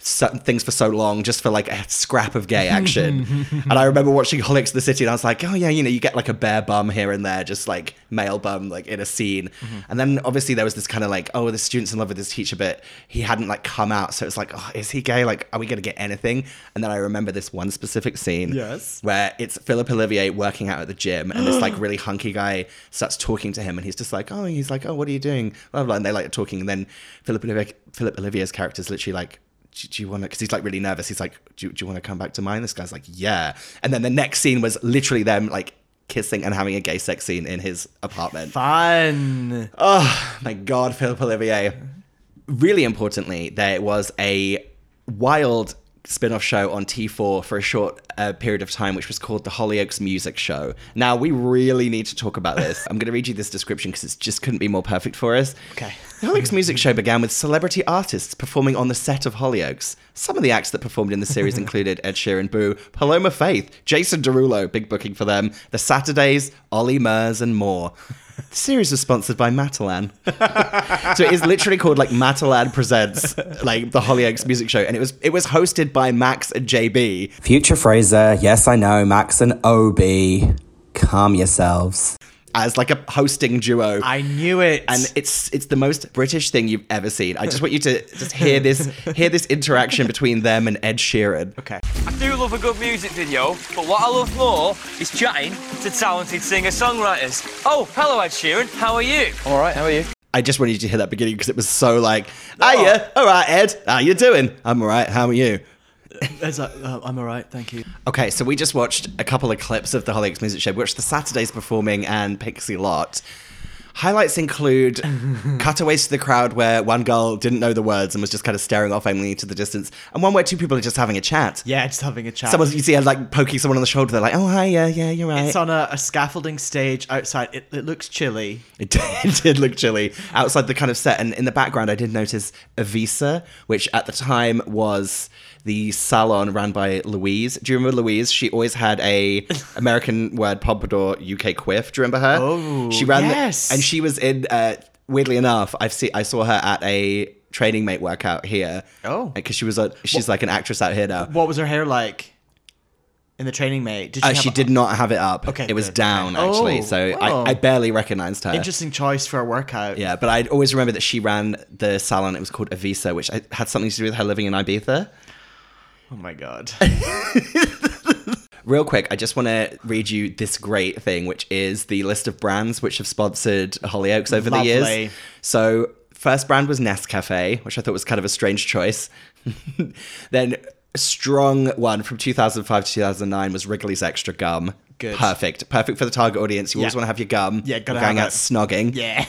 Speaker 5: certain things for so long just for like a scrap of gay action. and I remember watching Holics of the City, and I was like, oh yeah, you know, you get like a bare bum here and there, just like male bum, like in a scene. And then obviously there was this kind of like, oh, the student's in love with his teacher, but he hadn't like come out, so it's like, oh, is he gay? Like, are we gonna get anything? And then I remember this one specific scene,
Speaker 6: Yes.
Speaker 5: where it's Philip Olivier working out at the gym, and this like really hunky guy starts talking to him, and he's just like, oh, he's like, oh, what are you doing? Blah, blah, and they like talking, and then Philip Olivier, Philip Olivier's character is literally like, do, do you want to? Because he's like really nervous. He's like, do, do you want to come back to mine? This guy's like, yeah. And then the next scene was literally them like kissing and having a gay sex scene in his apartment.
Speaker 6: Fun.
Speaker 5: Oh my God, Philip Olivier. Really importantly, there was a wild spin off show on T4 for a short uh, period of time, which was called the Hollyoaks Music Show. Now, we really need to talk about this. I'm going to read you this description because it just couldn't be more perfect for us.
Speaker 6: Okay.
Speaker 5: The Hollyoaks Music Show began with celebrity artists performing on the set of Hollyoaks. Some of the acts that performed in the series included Ed Sheeran, Boo, Paloma Faith, Jason Derulo, big booking for them, The Saturdays, Ollie Murs, and more. The series was sponsored by Matalan. so it is literally called like Matalan Presents, like the Hollyoaks Music Show, and it was it was hosted by Max and JB.
Speaker 10: Future Fraser, yes, I know, Max and Obi. Calm yourselves.
Speaker 5: as like a hosting duo.
Speaker 6: I knew it.
Speaker 5: and it's it's the most British thing you've ever seen. I just want you to just hear this hear this interaction between them and Ed Sheeran.
Speaker 6: okay.
Speaker 11: I do love a good music video, but what I love more is chatting to talented singer-songwriters. Oh, hello Ed Sheeran, how are you?
Speaker 8: All right, how are you? Oh.
Speaker 5: I just wanted you to hear that beginning because it was so like, ah yeah, all right, Ed, how you doing? I'm all right. How are you?
Speaker 6: It's like, uh, I'm all right, thank you.
Speaker 5: Okay, so we just watched a couple of clips of the Hollyoaks Music Show, which the Saturdays performing and Pixie Lot. Highlights include cutaways to the crowd where one girl didn't know the words and was just kind of staring off aimlessly into the distance, and one where two people are just having a chat.
Speaker 6: Yeah, just having a chat.
Speaker 5: Someone you see her like poking someone on the shoulder. They're like, "Oh hi, yeah, yeah, you're right."
Speaker 6: it's on a, a scaffolding stage outside. It, it looks chilly.
Speaker 5: it, did, it did look chilly outside the kind of set, and in the background, I did notice Avisa, which at the time was the salon ran by Louise. Do you remember Louise? She always had a American word pompadour, UK quiff. Do you remember her?
Speaker 6: Oh,
Speaker 5: she ran, the-
Speaker 6: yes.
Speaker 5: and she was in. Uh, weirdly enough, I've seen I saw her at a training mate workout here.
Speaker 6: Oh.
Speaker 5: because she was a she's like an actress out here now.
Speaker 6: What was her hair like in the training, mate? Did she,
Speaker 5: Uh,
Speaker 6: have
Speaker 5: she
Speaker 6: a-
Speaker 5: did not have it up.
Speaker 6: Okay,
Speaker 5: it was
Speaker 6: good.
Speaker 5: down
Speaker 6: Okay.
Speaker 5: actually,
Speaker 6: Oh,
Speaker 5: so
Speaker 6: wow.
Speaker 5: I, I barely recognized her.
Speaker 6: Interesting choice for a workout.
Speaker 5: uh, Yeah, but I always remember that she ran the salon. It was called Avisa, which I- had something to do with her living in Ibiza.
Speaker 6: Oh my god.
Speaker 5: Real quick, I just want to read you this great thing, which is the list of brands which have sponsored Hollyoaks over
Speaker 6: Lovely.
Speaker 5: the years. So, first brand was Nescafe, which I thought was kind of a strange choice. then, a strong one from 2005 to 2009 was Wrigley's Extra Gum.
Speaker 6: Good.
Speaker 5: Perfect. Perfect for the target audience. You always want to have your gum.
Speaker 6: Yeah, gotta
Speaker 5: We're going
Speaker 6: have
Speaker 5: out
Speaker 6: it.
Speaker 5: snogging.
Speaker 6: yeah.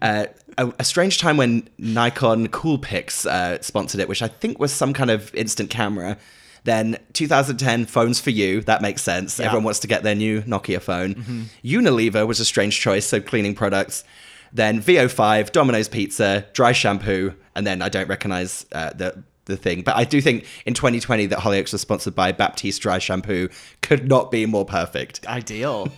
Speaker 5: Uh, a, a strange time when Nikon Coolpix uh, sponsored it, which I think was some kind of instant camera. Then 2010, phones for you. That makes sense. Everyone wants to get their new Nokia phone. Unilever was a strange choice, so cleaning products. Then VO5, Domino's Pizza, dry shampoo, and then I don't recognize uh, the the thing. But I do think in 2020 that Hollyoaks was sponsored by Baptiste Dry Shampoo could not be more perfect.
Speaker 6: Ideal.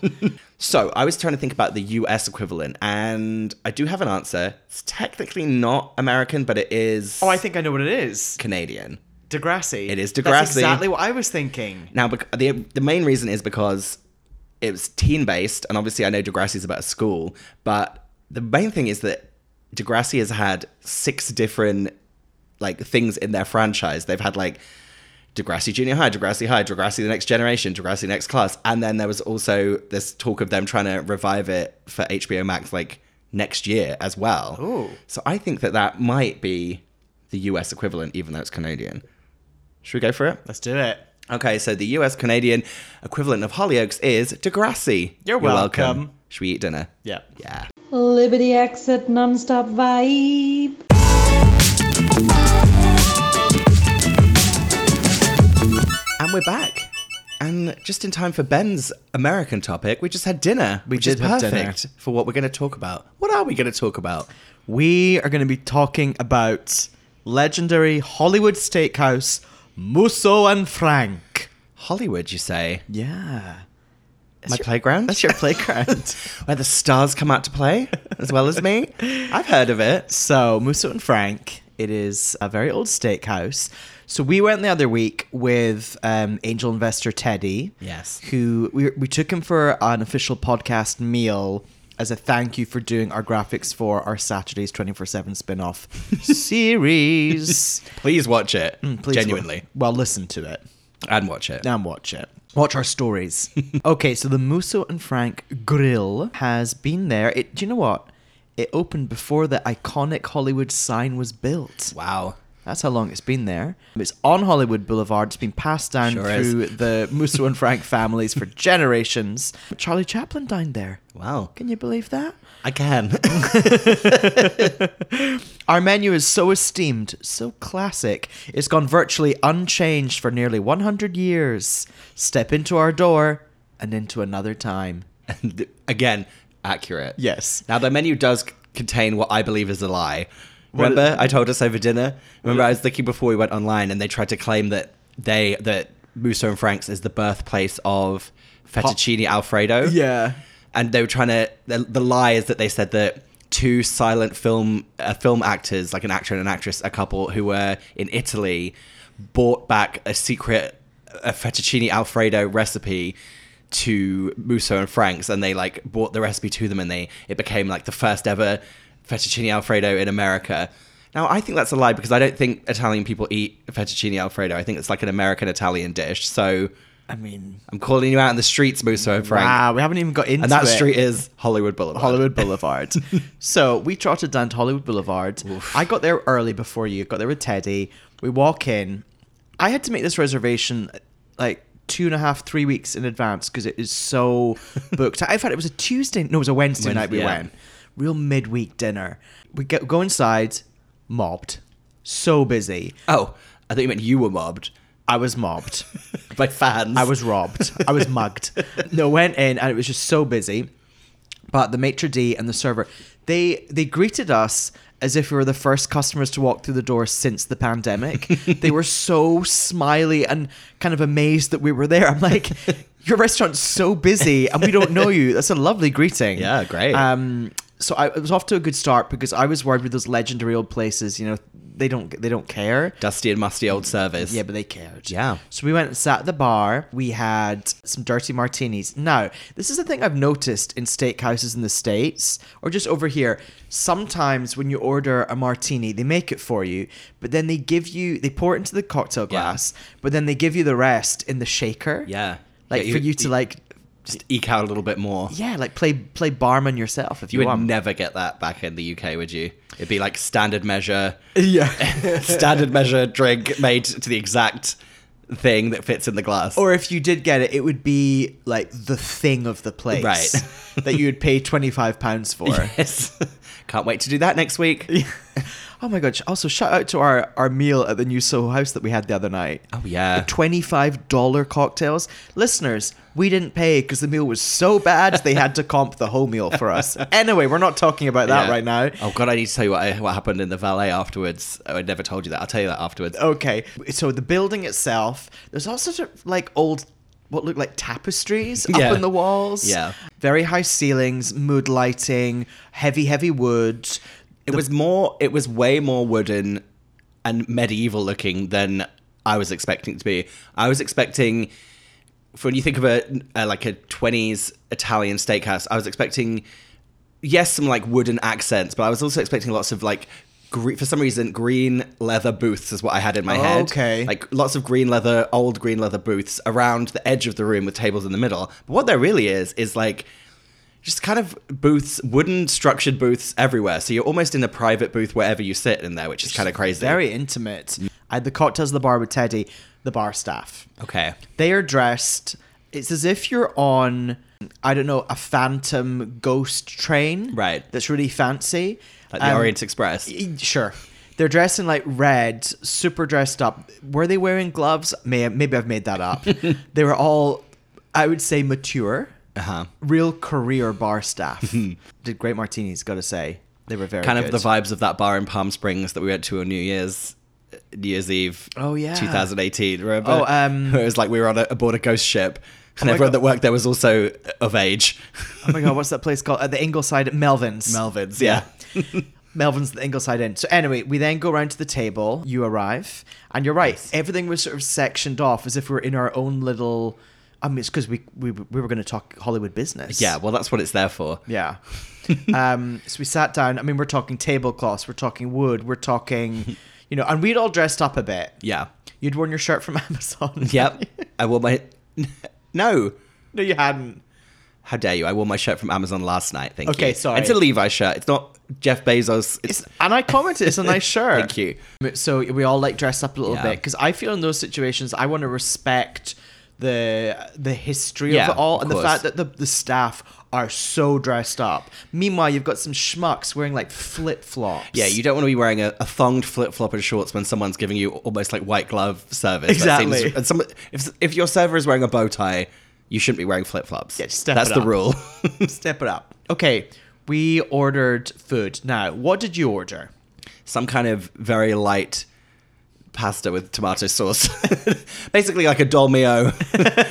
Speaker 5: so I was trying to think about the US equivalent, and I do have an answer. It's technically not American, but it is.
Speaker 6: Oh, I think I know what it is.
Speaker 5: Canadian.
Speaker 6: Degrassi.
Speaker 5: It is
Speaker 6: That's
Speaker 5: Degrassi.
Speaker 6: exactly what I was thinking.
Speaker 5: Now, bec- the the main reason is because it was teen based, and obviously I know Degrassi is about a school, but the main thing is that Degrassi has had six different like things in their franchise. They've had like Degrassi Junior High, Degrassi High, Degrassi The Next Generation, Degrassi Next Class, and then there was also this talk of them trying to revive it for HBO Max like next year as well.
Speaker 6: Ooh.
Speaker 5: So I think that that might be the US equivalent, even though it's Canadian. Should we go for it?
Speaker 6: Let's do it.
Speaker 5: Okay, so the US Canadian equivalent of Hollyoaks is Degrassi.
Speaker 6: You're welcome.
Speaker 5: Should we eat dinner?
Speaker 6: Yeah.
Speaker 5: Yeah.
Speaker 7: Liberty exit nonstop vibe.
Speaker 5: And we're back. And just in time for Ben's American topic, we just had dinner. We
Speaker 6: did have dinner.
Speaker 5: perfect for what we're going to talk about. What are we going to talk about?
Speaker 6: We are going to be talking about legendary Hollywood steakhouse Musso and Frank.
Speaker 5: Hollywood, you say?
Speaker 6: Yeah.
Speaker 5: My playground?
Speaker 6: That's your playground.
Speaker 5: Where the stars come out to play, as well as me? I've heard of it.
Speaker 6: So Musso and Frank, it is a very old steakhouse. So we went the other week with um, angel investor Teddy.
Speaker 5: Yes.
Speaker 6: Who we, we took him for an official podcast meal as a thank you for doing our graphics for our Saturday's 24-7 spin-off series. Mm,
Speaker 5: Please watch it.
Speaker 6: Please
Speaker 5: Genuinely.
Speaker 6: Well, listen to it
Speaker 5: And watch it.
Speaker 6: and watch it. Watch our stories. okay, so the Musso and Frank Grill has been there. It, do you know what? It opened before the iconic Hollywood sign was built.
Speaker 5: Wow.
Speaker 6: That's how long it's been there. It's on Hollywood Boulevard. It's been passed down
Speaker 5: Sure is.
Speaker 6: through the Musso and Frank families for generations. Charlie Chaplin dined there.
Speaker 5: Wow.
Speaker 6: Can you believe that?
Speaker 5: I can.
Speaker 6: Our menu is so esteemed, so classic. It's gone virtually unchanged for nearly 100 years. Step into our door and into another time.
Speaker 5: And Again, accurate.
Speaker 6: Yes.
Speaker 5: Now the menu does c- contain what I believe is a lie.
Speaker 6: What-
Speaker 5: Remember, I told us over dinner. Remember, I was thinking before we went online, and they tried to claim that they that Musso and Frank's is the birthplace of fettuccine alfredo.
Speaker 6: Yeah.
Speaker 5: and they were trying to. The, the lie is that they said that two silent film uh, film actors, like an actor and an actress, a couple who were in Italy, bought back a secret a fettuccine alfredo recipe to Musso and Franks, and they like bought the recipe to them, and they it became like the first ever fettuccine alfredo in America. Now I think that's a lie because I don't think Italian people eat fettuccine alfredo. I think it's like an American Italian dish. So
Speaker 6: I mean,
Speaker 5: I'm calling you out in the streets, Musso and Frank.
Speaker 6: wow, we haven't even got into
Speaker 5: And that
Speaker 6: it.
Speaker 5: street is Hollywood Boulevard.
Speaker 6: Hollywood Boulevard. so we trotted down to Hollywood Boulevard. I got there early before you. Got there with Teddy. We walk in. I had to make this reservation like two and a half, three weeks in advance because it is so booked. I fact, it was a Tuesday. No, it was a Wednesday
Speaker 5: Wednes-
Speaker 6: night we
Speaker 5: yeah.
Speaker 6: went. Real midweek dinner. We go, go inside, mobbed. So busy.
Speaker 5: Oh, I thought you meant you were mobbed
Speaker 6: I was mobbed.
Speaker 5: by fans.
Speaker 6: I was robbed. I was mugged. No, went in and it was just so busy. But the maitre d and the server, they they greeted us as if we were the first customers to walk through the door since the pandemic. they were so smiley and kind of amazed that we were there. I'm like, your restaurant's so busy and we don't know you. That's a lovely greeting.
Speaker 5: Yeah, great.
Speaker 6: Um, so I it was off to a good start because I was worried with those legendary old places. You know, they don't they don't care.
Speaker 5: dusty and musty old service.
Speaker 6: Yeah, but they cared.
Speaker 5: Yeah.
Speaker 6: So we went and sat at the bar. We had some dirty martinis. Now, this is the thing I've noticed in steakhouses in the States or just over here. Sometimes when you order a martini, they make it for you, but then they give you, they pour it into the cocktail
Speaker 5: Yeah.
Speaker 6: glass, but then they give you the rest in the shaker.
Speaker 5: yeah,
Speaker 6: Like
Speaker 5: Yeah,
Speaker 6: for you to like,
Speaker 5: just eke out a little bit more.
Speaker 6: yeah, like play play barman yourself if
Speaker 5: You
Speaker 6: you,
Speaker 5: would
Speaker 6: want.
Speaker 5: never get that back in the UK, would you? It'd be like standard measure,
Speaker 6: yeah.
Speaker 5: standard measure drink made to the exact thing that fits in the glass.
Speaker 6: Or if you did get it, it would be like the thing of the place,
Speaker 5: Right.
Speaker 6: that you would pay twenty five pounds for.
Speaker 5: yes. Can't wait to do that next week.
Speaker 6: Oh my god! Also, shout out to our our meal at the new Soho House that we had the other night. Oh
Speaker 5: yeah,
Speaker 6: twenty five dollar cocktails, listeners. We didn't pay because the meal was so bad they had to comp the whole meal for us. Anyway, we're not talking about that
Speaker 5: Yeah.
Speaker 6: right now.
Speaker 5: Oh god, I need to tell you what, I, what happened in the valet afterwards. Oh, I never told you that. I'll tell you that afterwards.
Speaker 6: Okay, so the building itself, there's all sorts of like old, what look like tapestries
Speaker 5: Yeah.
Speaker 6: up on the walls.
Speaker 5: Yeah.
Speaker 6: very high ceilings, mood lighting, heavy, heavy wood.
Speaker 5: It was more. It was way more wooden and medieval looking than I was expecting it to be. I was expecting, for when you think of a, a like a twenties Italian steakhouse, I was expecting yes some like wooden accents, but I was also expecting lots of like. gre- For some reason, green leather booths is what I had in my
Speaker 6: Oh,
Speaker 5: head.
Speaker 6: okay.
Speaker 5: Like lots of green leather, old green leather booths around the edge of the room with tables in the middle. But what there really is, is like just kind of booths, wooden structured booths everywhere. So you're almost in a private booth wherever you sit in there, which is kind of crazy.
Speaker 6: Very intimate. I had the cocktails at the bar with Teddy, the bar staff.
Speaker 5: okay.
Speaker 6: They are dressed. It's as if you're on, I don't know, a phantom ghost train. Right. That's really fancy. Um,
Speaker 5: Like the Orient Express.
Speaker 6: y- Sure. They're dressed in like red, super dressed up. Were they wearing gloves? May, maybe I've made that up. they were all, I would say, mature,
Speaker 5: Uh-huh.
Speaker 6: real career bar staff. Did great martinis, gotta say. They were very
Speaker 5: kind
Speaker 6: good.
Speaker 5: of the vibes of that bar in Palm Springs that we went to on New Year's. New Year's Eve,
Speaker 6: Oh, yeah.
Speaker 5: 2018. Remember?
Speaker 6: Oh, um, Oh
Speaker 5: it was like we were on a, aboard a ghost ship, and
Speaker 6: my
Speaker 5: everyone
Speaker 6: God.
Speaker 5: that worked there was also of age.
Speaker 6: oh my god, what's that place called? At the Ingleside Melvins. Melvins,
Speaker 5: yeah.
Speaker 6: Melvin's the Ingleside Inn. So anyway, we then go round to the table. You arrive, and you're right. Everything was sort of sectioned off as if we were in our own little. I mean, it's because we, we we were going to talk Hollywood business.
Speaker 5: Yeah, well, that's what it's there for.
Speaker 6: Yeah. um, so we sat down. I mean, we're talking tablecloths, we're talking wood, we're talking, you know, and we'd all dressed up a bit.
Speaker 5: Yeah.
Speaker 6: You'd worn your shirt from Amazon.
Speaker 5: Yep. I wore my. No.
Speaker 6: No, you hadn't.
Speaker 5: How dare you? I wore my shirt from Amazon last night. Thank you.
Speaker 6: Okay, sorry.
Speaker 5: It's a Levi's shirt. It's not Jeff Bezos. It's,
Speaker 6: and I commented, it's a nice shirt.
Speaker 5: Thank you.
Speaker 6: So we all like dress up a little
Speaker 5: Yeah.
Speaker 6: bit because I feel in those situations I want to respect the the history
Speaker 5: Yeah,
Speaker 6: of it all
Speaker 5: of
Speaker 6: and the
Speaker 5: course.
Speaker 6: fact that the, the staff are so dressed up. Meanwhile, you've got some schmucks wearing like flip flops.
Speaker 5: Yeah, you don't want to be wearing a, a thonged flip flop and shorts when someone's giving you almost like white glove service. That
Speaker 6: Exactly.
Speaker 5: seems- and some, if, if your server is wearing a bow tie, you shouldn't be wearing flip flops. Yeah,
Speaker 6: step
Speaker 5: That's
Speaker 6: it
Speaker 5: the
Speaker 6: up.
Speaker 5: rule.
Speaker 6: step it up. Okay, we ordered food. Now, what did you order?
Speaker 5: Some kind of very light pasta with tomato sauce. Basically, like a dolmio,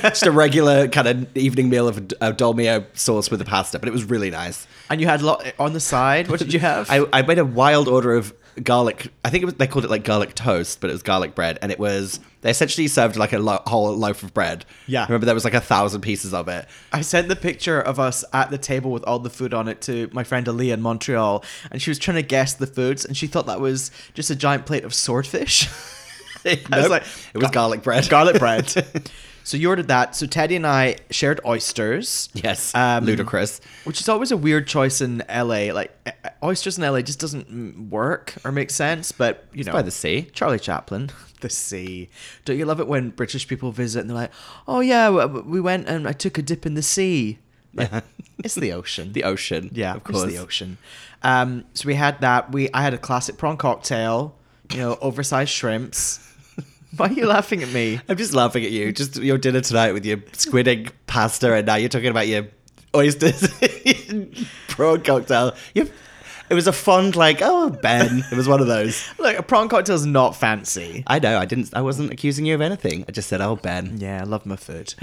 Speaker 5: just a regular kind of evening meal of a, a dolmio sauce with a pasta, but it was really nice.
Speaker 6: And you had lot on the side. What did you have?
Speaker 5: I, I made a wild order of garlic. I think it was, they called it like garlic toast, but it was garlic bread, and it was they essentially served like a lo- whole loaf of bread.
Speaker 6: Yeah.
Speaker 5: remember there was like a thousand pieces of it.
Speaker 6: I sent the picture of us at the table with all the food on it to my friend Ali in Montreal, and she was trying to guess the foods, and she thought that was just a giant plate of swordfish. I was
Speaker 5: Nope.
Speaker 6: like,
Speaker 5: it was garlic bread.
Speaker 6: garlic bread. so you ordered that. So Teddy and I shared oysters.
Speaker 5: Yes,
Speaker 6: Um,
Speaker 5: ludicrous.
Speaker 6: Which is always a weird choice in LA. Like uh, uh, oysters in LA just doesn't mm, work or make sense. But you know,
Speaker 5: by the sea.
Speaker 6: Charlie Chaplin, the sea. Don't you love it when British people visit and they're like, "Oh yeah, w- w- we went and I took a dip in the sea." Like, It's the ocean.
Speaker 5: The ocean.
Speaker 6: yeah,
Speaker 5: of course.
Speaker 6: It's the ocean. Um, so we had that. We I had a classic prawn cocktail. You know, oversized shrimps. Why are you laughing at me?
Speaker 5: I'm just laughing at you. Just your dinner tonight with your squid egg pasta, and now you're talking about your oysters, prawn cocktail. You- it was a fond like, oh Ben. It was one of those.
Speaker 6: Look, a prawn cocktail's not fancy.
Speaker 5: I know. I didn't. I wasn't accusing you of anything. I just said, oh Ben.
Speaker 6: Yeah, I love my food.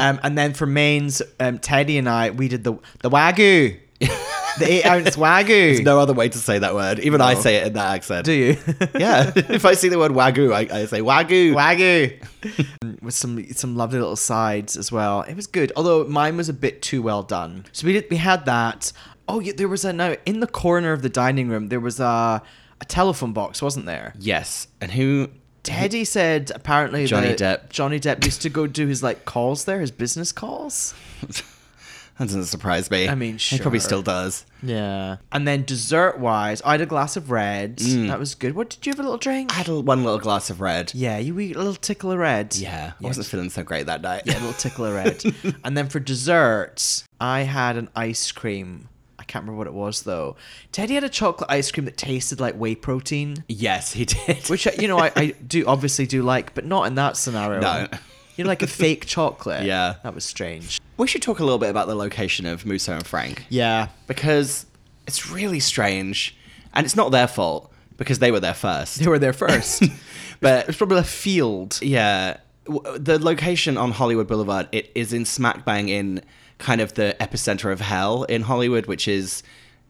Speaker 6: um, and then for mains, um, Teddy and I, we did the the wagyu, the eight ounce wagyu.
Speaker 5: There's no other way to say that word. Even I say it in that accent.
Speaker 6: Do you?
Speaker 5: Yeah. if I see the word wagyu, I, I say wagyu.
Speaker 6: wagyu with some some lovely little sides as well. It was good, although mine was a bit too well done. So we did we had that. Oh yeah, there was a now in the corner of the dining room there was a a telephone box, wasn't there?
Speaker 5: Yes. And who?
Speaker 6: Teddy said apparently
Speaker 5: Johnny
Speaker 6: that
Speaker 5: Depp.
Speaker 6: Johnny Depp used to go do his like calls there, his business calls.
Speaker 5: That doesn't surprise me.
Speaker 6: I mean,
Speaker 5: He probably
Speaker 6: sure.
Speaker 5: still does.
Speaker 6: Yeah. And then dessert wise, I had a glass of red. That was good. What did you have a little drink?
Speaker 5: Mm. I had a- one little glass of red.
Speaker 6: yeah, you eat a little tickle of red.
Speaker 5: Yeah. I wasn't feeling so great that night.
Speaker 6: A little tickle of red. and then for dessert, I had an ice cream. I can't remember what it was though. Teddy had a chocolate ice cream that tasted like whey protein.
Speaker 5: Yes, he did.
Speaker 6: Which uh, you know I, I do obviously do like, but not in that scenario.
Speaker 5: No.
Speaker 6: You know, like a fake chocolate.
Speaker 5: Yeah.
Speaker 6: That was strange.
Speaker 5: We should talk a little bit about the location of Musso and Frank.
Speaker 6: Yeah.
Speaker 5: Because it's really strange. And it's not their fault because they were there first.
Speaker 6: They were there first.
Speaker 5: but
Speaker 6: it's probably a field.
Speaker 5: Yeah. W- The location on Hollywood Boulevard, it is in smack bang in kind of the epicenter of hell in Hollywood, which is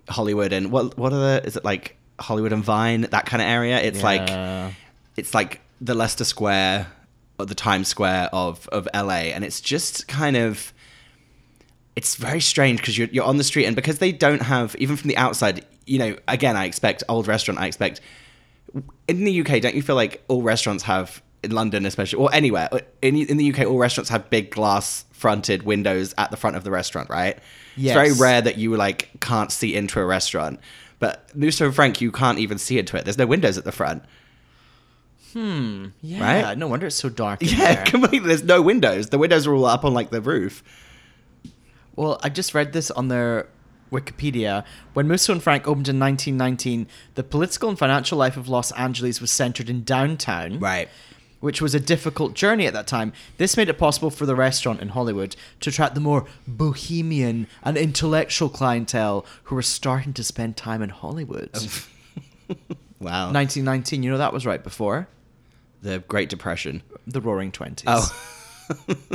Speaker 5: Hollywood and what what are the is it like Hollywood and Vine, that kind of area? It's
Speaker 6: Yeah.
Speaker 5: like it's like the Leicester Square or the Times Square of of LA and it's just kind of it's very strange because you're, you're on the street and because they don't have even from the outside you know again i expect old restaurant i expect in the uk don't you feel like all restaurants have in london especially or anywhere in, in the uk all restaurants have big glass fronted windows at the front of the restaurant right
Speaker 6: Yes.
Speaker 5: it's very rare that you like can't see into a restaurant but Musso and Frank, you can't even see into it. There's no windows at the front.
Speaker 6: Hmm. Yeah.
Speaker 5: Right?
Speaker 6: No wonder it's so dark. in
Speaker 5: Yeah,
Speaker 6: there.
Speaker 5: completely. There's no windows. The windows are all up on like the roof.
Speaker 6: Well, I just read this on their Wikipedia. When Musso and Frank opened in 1919, the political and financial life of Los Angeles was centered in downtown.
Speaker 5: Right.
Speaker 6: Which was a difficult journey at that time. This made it possible for the restaurant in Hollywood to attract the more bohemian and intellectual clientele who were starting to spend time in Hollywood.
Speaker 5: Wow.
Speaker 6: 1919, you know that was right before
Speaker 5: the Great Depression.
Speaker 6: the Roaring Twenties.
Speaker 5: Oh.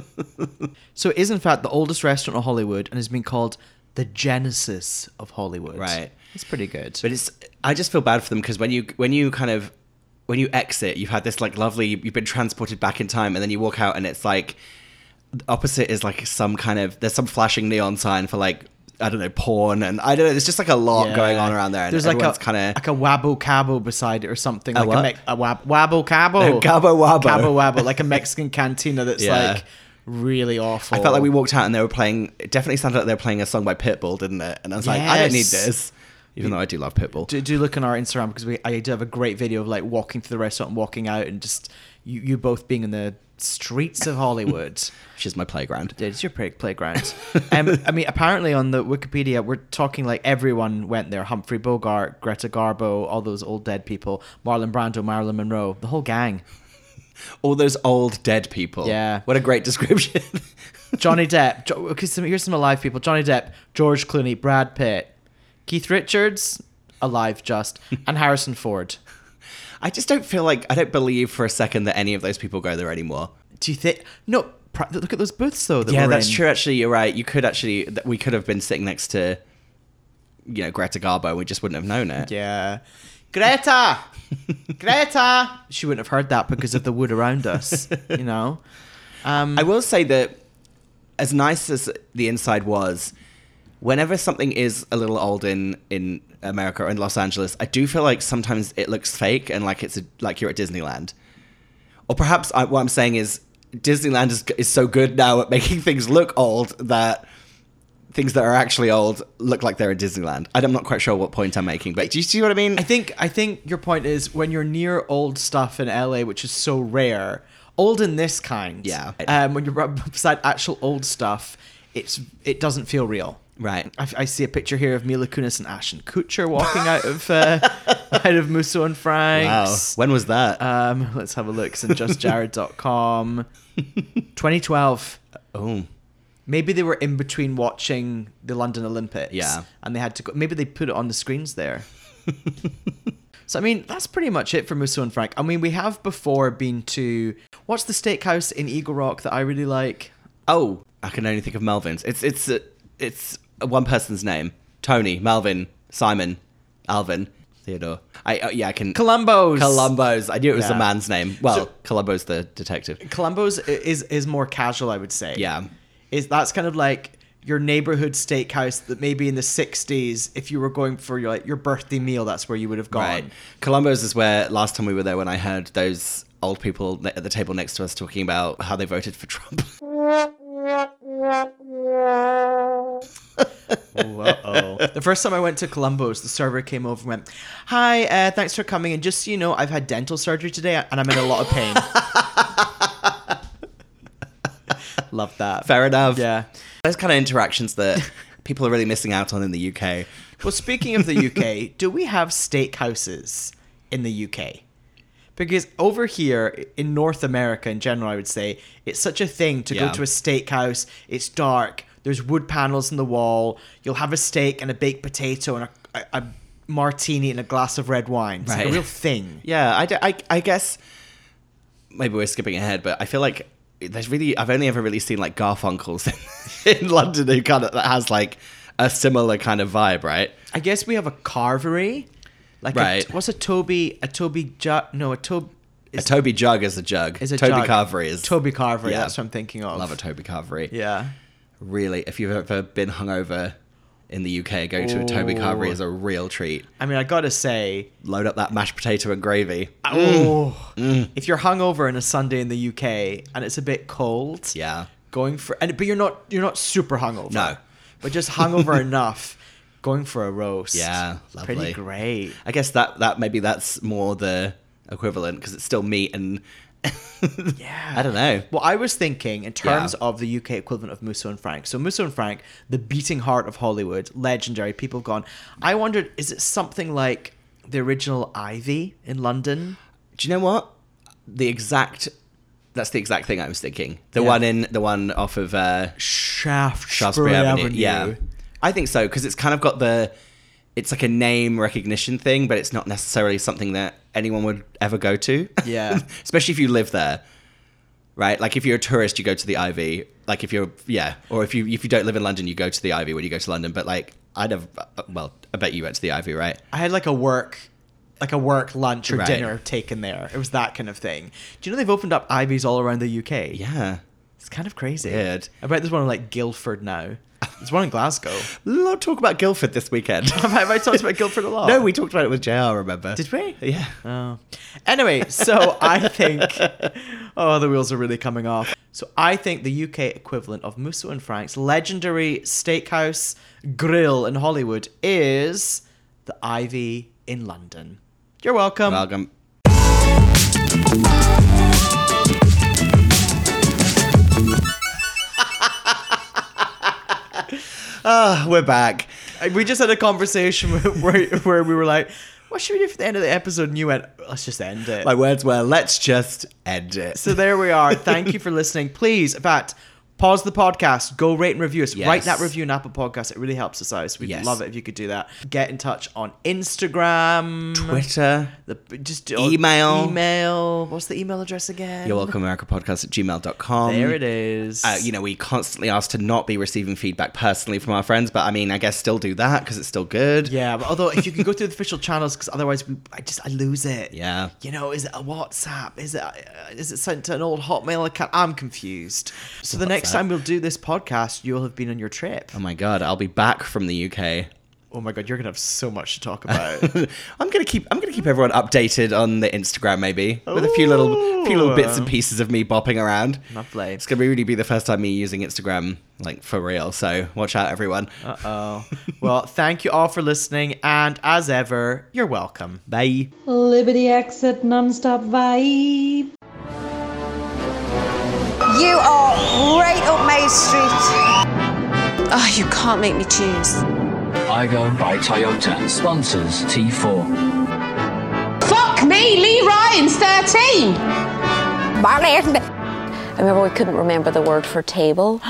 Speaker 6: So it is, in fact, the oldest restaurant in Hollywood and has been called the Genesis of Hollywood.
Speaker 5: Right.
Speaker 6: It's pretty good.
Speaker 5: But it's I just feel bad for them because when you when you kind of when you exit, you've had this like lovely you've been transported back in time and then you walk out and it's like the opposite is like some kind of there's some flashing neon sign for like I don't know, porn and I don't know, there's just like a lot
Speaker 6: Yeah.
Speaker 5: going on around there and
Speaker 6: There's like a
Speaker 5: everyone's kinda
Speaker 6: like a wabo cabo beside it or something.
Speaker 5: A
Speaker 6: like
Speaker 5: what?
Speaker 6: a, me- a wab- wabo cabo.
Speaker 5: No, gabo wabo.
Speaker 6: Cabo wabo, like a Mexican cantina that's
Speaker 5: Yeah.
Speaker 6: like really awful.
Speaker 5: I felt like we walked out and they were playing it definitely sounded like they were playing a song by Pitbull, didn't it? And I was like, I don't need
Speaker 6: Yes.
Speaker 5: this. Even though I do love Pitbull.
Speaker 6: do, do look on our Instagram because we I do have a great video of like walking through the restaurant and walking out and just you, you both being in the streets of Hollywood.
Speaker 5: Which is my playground.
Speaker 6: Yeah, it's your play- playground. um, I mean, apparently on the Wikipedia, we're talking like everyone went there: Humphrey Bogart, Greta Garbo, all those old dead people, Marlon Brando, Marilyn Monroe, the whole gang.
Speaker 5: All those old dead people.
Speaker 6: Yeah.
Speaker 5: What a great description.
Speaker 6: Johnny Depp. Jo- okay, some, here's some alive people: Johnny Depp, George Clooney, Brad Pitt, Keith Richards, alive just, and Harrison Ford.
Speaker 5: I just don't feel like I don't believe for a second that any of those people go there anymore.
Speaker 6: Do you think? No, pr- look at those booths though. That
Speaker 5: yeah,
Speaker 6: we're
Speaker 5: that's
Speaker 6: in.
Speaker 5: true. Actually, you're right. You could actually th- we could have been sitting next to, you know, Greta Garbo. We just wouldn't have known it.
Speaker 6: Yeah. Greta! Greta! She wouldn't have heard that because of the wood around us, you know? Um,
Speaker 5: I will say that as nice as the inside was, whenever something is a little old in in America or in Los Angeles, I do feel like sometimes it looks fake and like it's a, like you're at Disneyland. Or perhaps I, what I'm saying is Disneyland is is so good now at making things look old that things that are actually old look like they're in Disneyland. I'm not quite sure what point I'm making, but do you see what I mean?
Speaker 6: I think I think your point is when you're near old stuff in LA, which is so rare, old in this kind.
Speaker 5: Yeah.
Speaker 6: Um, when you're right beside actual old stuff, it's it doesn't feel real.
Speaker 5: Right.
Speaker 6: I, I see a picture here of Mila Kunis and Ashton Kutcher walking out of uh, out of Musso and
Speaker 5: Wow.
Speaker 6: Frank's.
Speaker 5: Oh, When was that?
Speaker 6: Um, let's have a look. It's in justjared.com. 2012.
Speaker 5: oh.
Speaker 6: Maybe they were in between watching the London Olympics.
Speaker 5: Yeah.
Speaker 6: And they had to go. Maybe they put it on the screens there. so, I mean, that's pretty much it for Musso and Frank. I mean, we have before been to. What's the steakhouse in Eagle Rock that I really like?
Speaker 5: Oh, I can only think of Melvin's. It's it's uh, it's one person's name: Tony, Melvin, Simon, Alvin, Theodore. I uh, yeah, I can.
Speaker 6: Columbo's.
Speaker 5: Columbus. I knew it was
Speaker 6: Yeah.
Speaker 5: a man's name. Well,
Speaker 6: So-
Speaker 5: Columbo's the detective.
Speaker 6: Columbo's i- is, is more casual, I would say.
Speaker 5: Yeah.
Speaker 6: Is That's kind of like your neighborhood steakhouse that maybe in the 60s, if you were going for your, like, your birthday meal, that's where you would have gone.
Speaker 5: Right. Columbo's is where last time we were there, when I heard those old people ne- at the table next to us talking about how they voted for Trump.
Speaker 6: Uh-oh. the first time I went to Columbo's, the server came over and went, Hi, uh, thanks for coming. And just so you know, I've had dental surgery today and I'm in a lot of pain. Love that.
Speaker 5: Fair enough.
Speaker 6: Yeah.
Speaker 5: Those kind of interactions that people are really missing out on in the UK.
Speaker 6: Well, speaking of the UK, do we have steakhouses in the UK? Because over here in North America in general, I would say it's such a thing to
Speaker 5: Yeah.
Speaker 6: go to a steakhouse. It's dark. There's wood panels in the wall. You'll have a steak and a baked potato and a, a, a martini and a glass of red wine. It's like a
Speaker 5: Right.
Speaker 6: real thing.
Speaker 5: Yeah, I, d- I, I guess maybe we're skipping ahead, but I feel like there's really I've only ever really seen like Garfunkel's in, in London who kind of that has like a similar kind of vibe, right?
Speaker 6: I guess we have a carvery. Like a-
Speaker 5: Right.
Speaker 6: what's a Toby? A Toby? Ju- no, a Toby.
Speaker 5: A Toby jug is a jug.
Speaker 6: Is a
Speaker 5: Toby
Speaker 6: jug.
Speaker 5: Carvery is
Speaker 6: Toby Carvery.
Speaker 5: Yeah.
Speaker 6: That's what I'm thinking of.
Speaker 5: love a Toby Carvery.
Speaker 6: Yeah.
Speaker 5: Really, if you've ever been hungover in the UK, going to a Toby
Speaker 6: Ooh.
Speaker 5: Carvery is a real treat.
Speaker 6: I mean, I gotta say,
Speaker 5: Load up that mashed potato and gravy. Mm.
Speaker 6: oh, if you're hungover on a Sunday in the UK and it's a bit cold,
Speaker 5: Yeah.
Speaker 6: going for and but you're not you're not super hungover,
Speaker 5: No.
Speaker 6: but just hungover enough, going for a roast,
Speaker 5: Yeah,
Speaker 6: It's pretty
Speaker 5: lovely.
Speaker 6: great.
Speaker 5: I guess that that maybe that's more the equivalent because it's still meat and
Speaker 6: Yeah,
Speaker 5: I don't know.
Speaker 6: Well, I was thinking in terms
Speaker 5: Yeah.
Speaker 6: of the UK equivalent of Musso and Frank. So Musso and Frank, the beating heart of Hollywood, legendary. People have gone. I wondered, is it something like the original Ivy in London?
Speaker 5: Do you know what? The exact that's the exact thing I was thinking. The
Speaker 6: Yeah.
Speaker 5: one in the one off of uh
Speaker 6: Shaft
Speaker 5: Shaftesbury Avenue. Yeah. I think so because it's kind of got the it's like a name recognition thing, but it's not necessarily something that anyone would ever go to.
Speaker 6: Yeah.
Speaker 5: Especially if you live there. Right? Like if you're a tourist you go to the Ivy. Like if you're yeah, or if you if you don't live in London you go to the Ivy when you go to London, but like I never well, I bet you went to the Ivy, right?
Speaker 6: I had like a work like a work lunch or
Speaker 5: Right.
Speaker 6: dinner taken there. It was that kind of thing. Do you know they've opened up Ivies all around the UK?
Speaker 5: Yeah.
Speaker 6: It's kind of crazy.
Speaker 5: Weird.
Speaker 6: I bet there's one in like Guildford now. There's one in Glasgow.
Speaker 5: A lot of talk about Guildford this weekend.
Speaker 6: Have I talked about Guildford a lot?
Speaker 5: No, we talked about it with JR, remember?
Speaker 6: did we?
Speaker 5: Yeah.
Speaker 6: Oh. Anyway, so I think oh the wheels are really coming off. So I think the UK equivalent of Musso and Frank's legendary steakhouse grill in Hollywood is the Ivy in London. You're welcome.
Speaker 5: Welcome. Ah, we're back.
Speaker 6: We just had a conversation where, where we were like, what should we do for the end of the episode? And you went, let's just end it.
Speaker 5: My words were, let's just end it.
Speaker 6: so there we are. Thank you for listening. Please, in fact, pause the podcast, go rate and review us. Write
Speaker 5: Yes.
Speaker 6: that review in Apple Podcasts. It really helps us out. So we'd
Speaker 5: Yes.
Speaker 6: love it if you could do that. Get in touch on Instagram,
Speaker 5: Twitter.
Speaker 6: the, just oh,
Speaker 5: Email.
Speaker 6: Email. What's the email address again?
Speaker 5: You're welcome, America Podcast at gmail.com.
Speaker 6: There it is.
Speaker 5: Uh, you know, we constantly ask to not be receiving feedback personally from our friends, but I mean, I guess still do that because it's still good.
Speaker 6: Yeah, but although if you can go through the official channels, because otherwise we, I just I lose it.
Speaker 5: Yeah.
Speaker 6: you know, is it a WhatsApp? Is it uh, is it sent to an old Hotmail account? I'm confused. So the next
Speaker 5: WhatsApp.
Speaker 6: time we'll do this podcast, you'll have been on your trip.
Speaker 5: Oh my God, I'll be back from the UK.
Speaker 6: Oh my god, you're gonna have so much to talk about.
Speaker 5: I'm gonna keep I'm gonna keep everyone updated on the Instagram maybe with a few little few little bits and
Speaker 6: Ooh.
Speaker 5: pieces of me bopping around.
Speaker 6: Lovely.
Speaker 5: It's gonna really be the first time me using Instagram like for real. So watch out, everyone.
Speaker 6: oh well, thank you all for listening, and as ever, you're welcome.
Speaker 5: Bye.
Speaker 7: Liberty exit non-stop vibe.
Speaker 1: You are right up my street.
Speaker 2: Oh, you can't make me choose.
Speaker 3: Igo by Toyota sponsors T4.
Speaker 4: Fuck me, Lee Ryan's 13.
Speaker 1: Ball end.
Speaker 2: I remember we couldn't remember the word for table.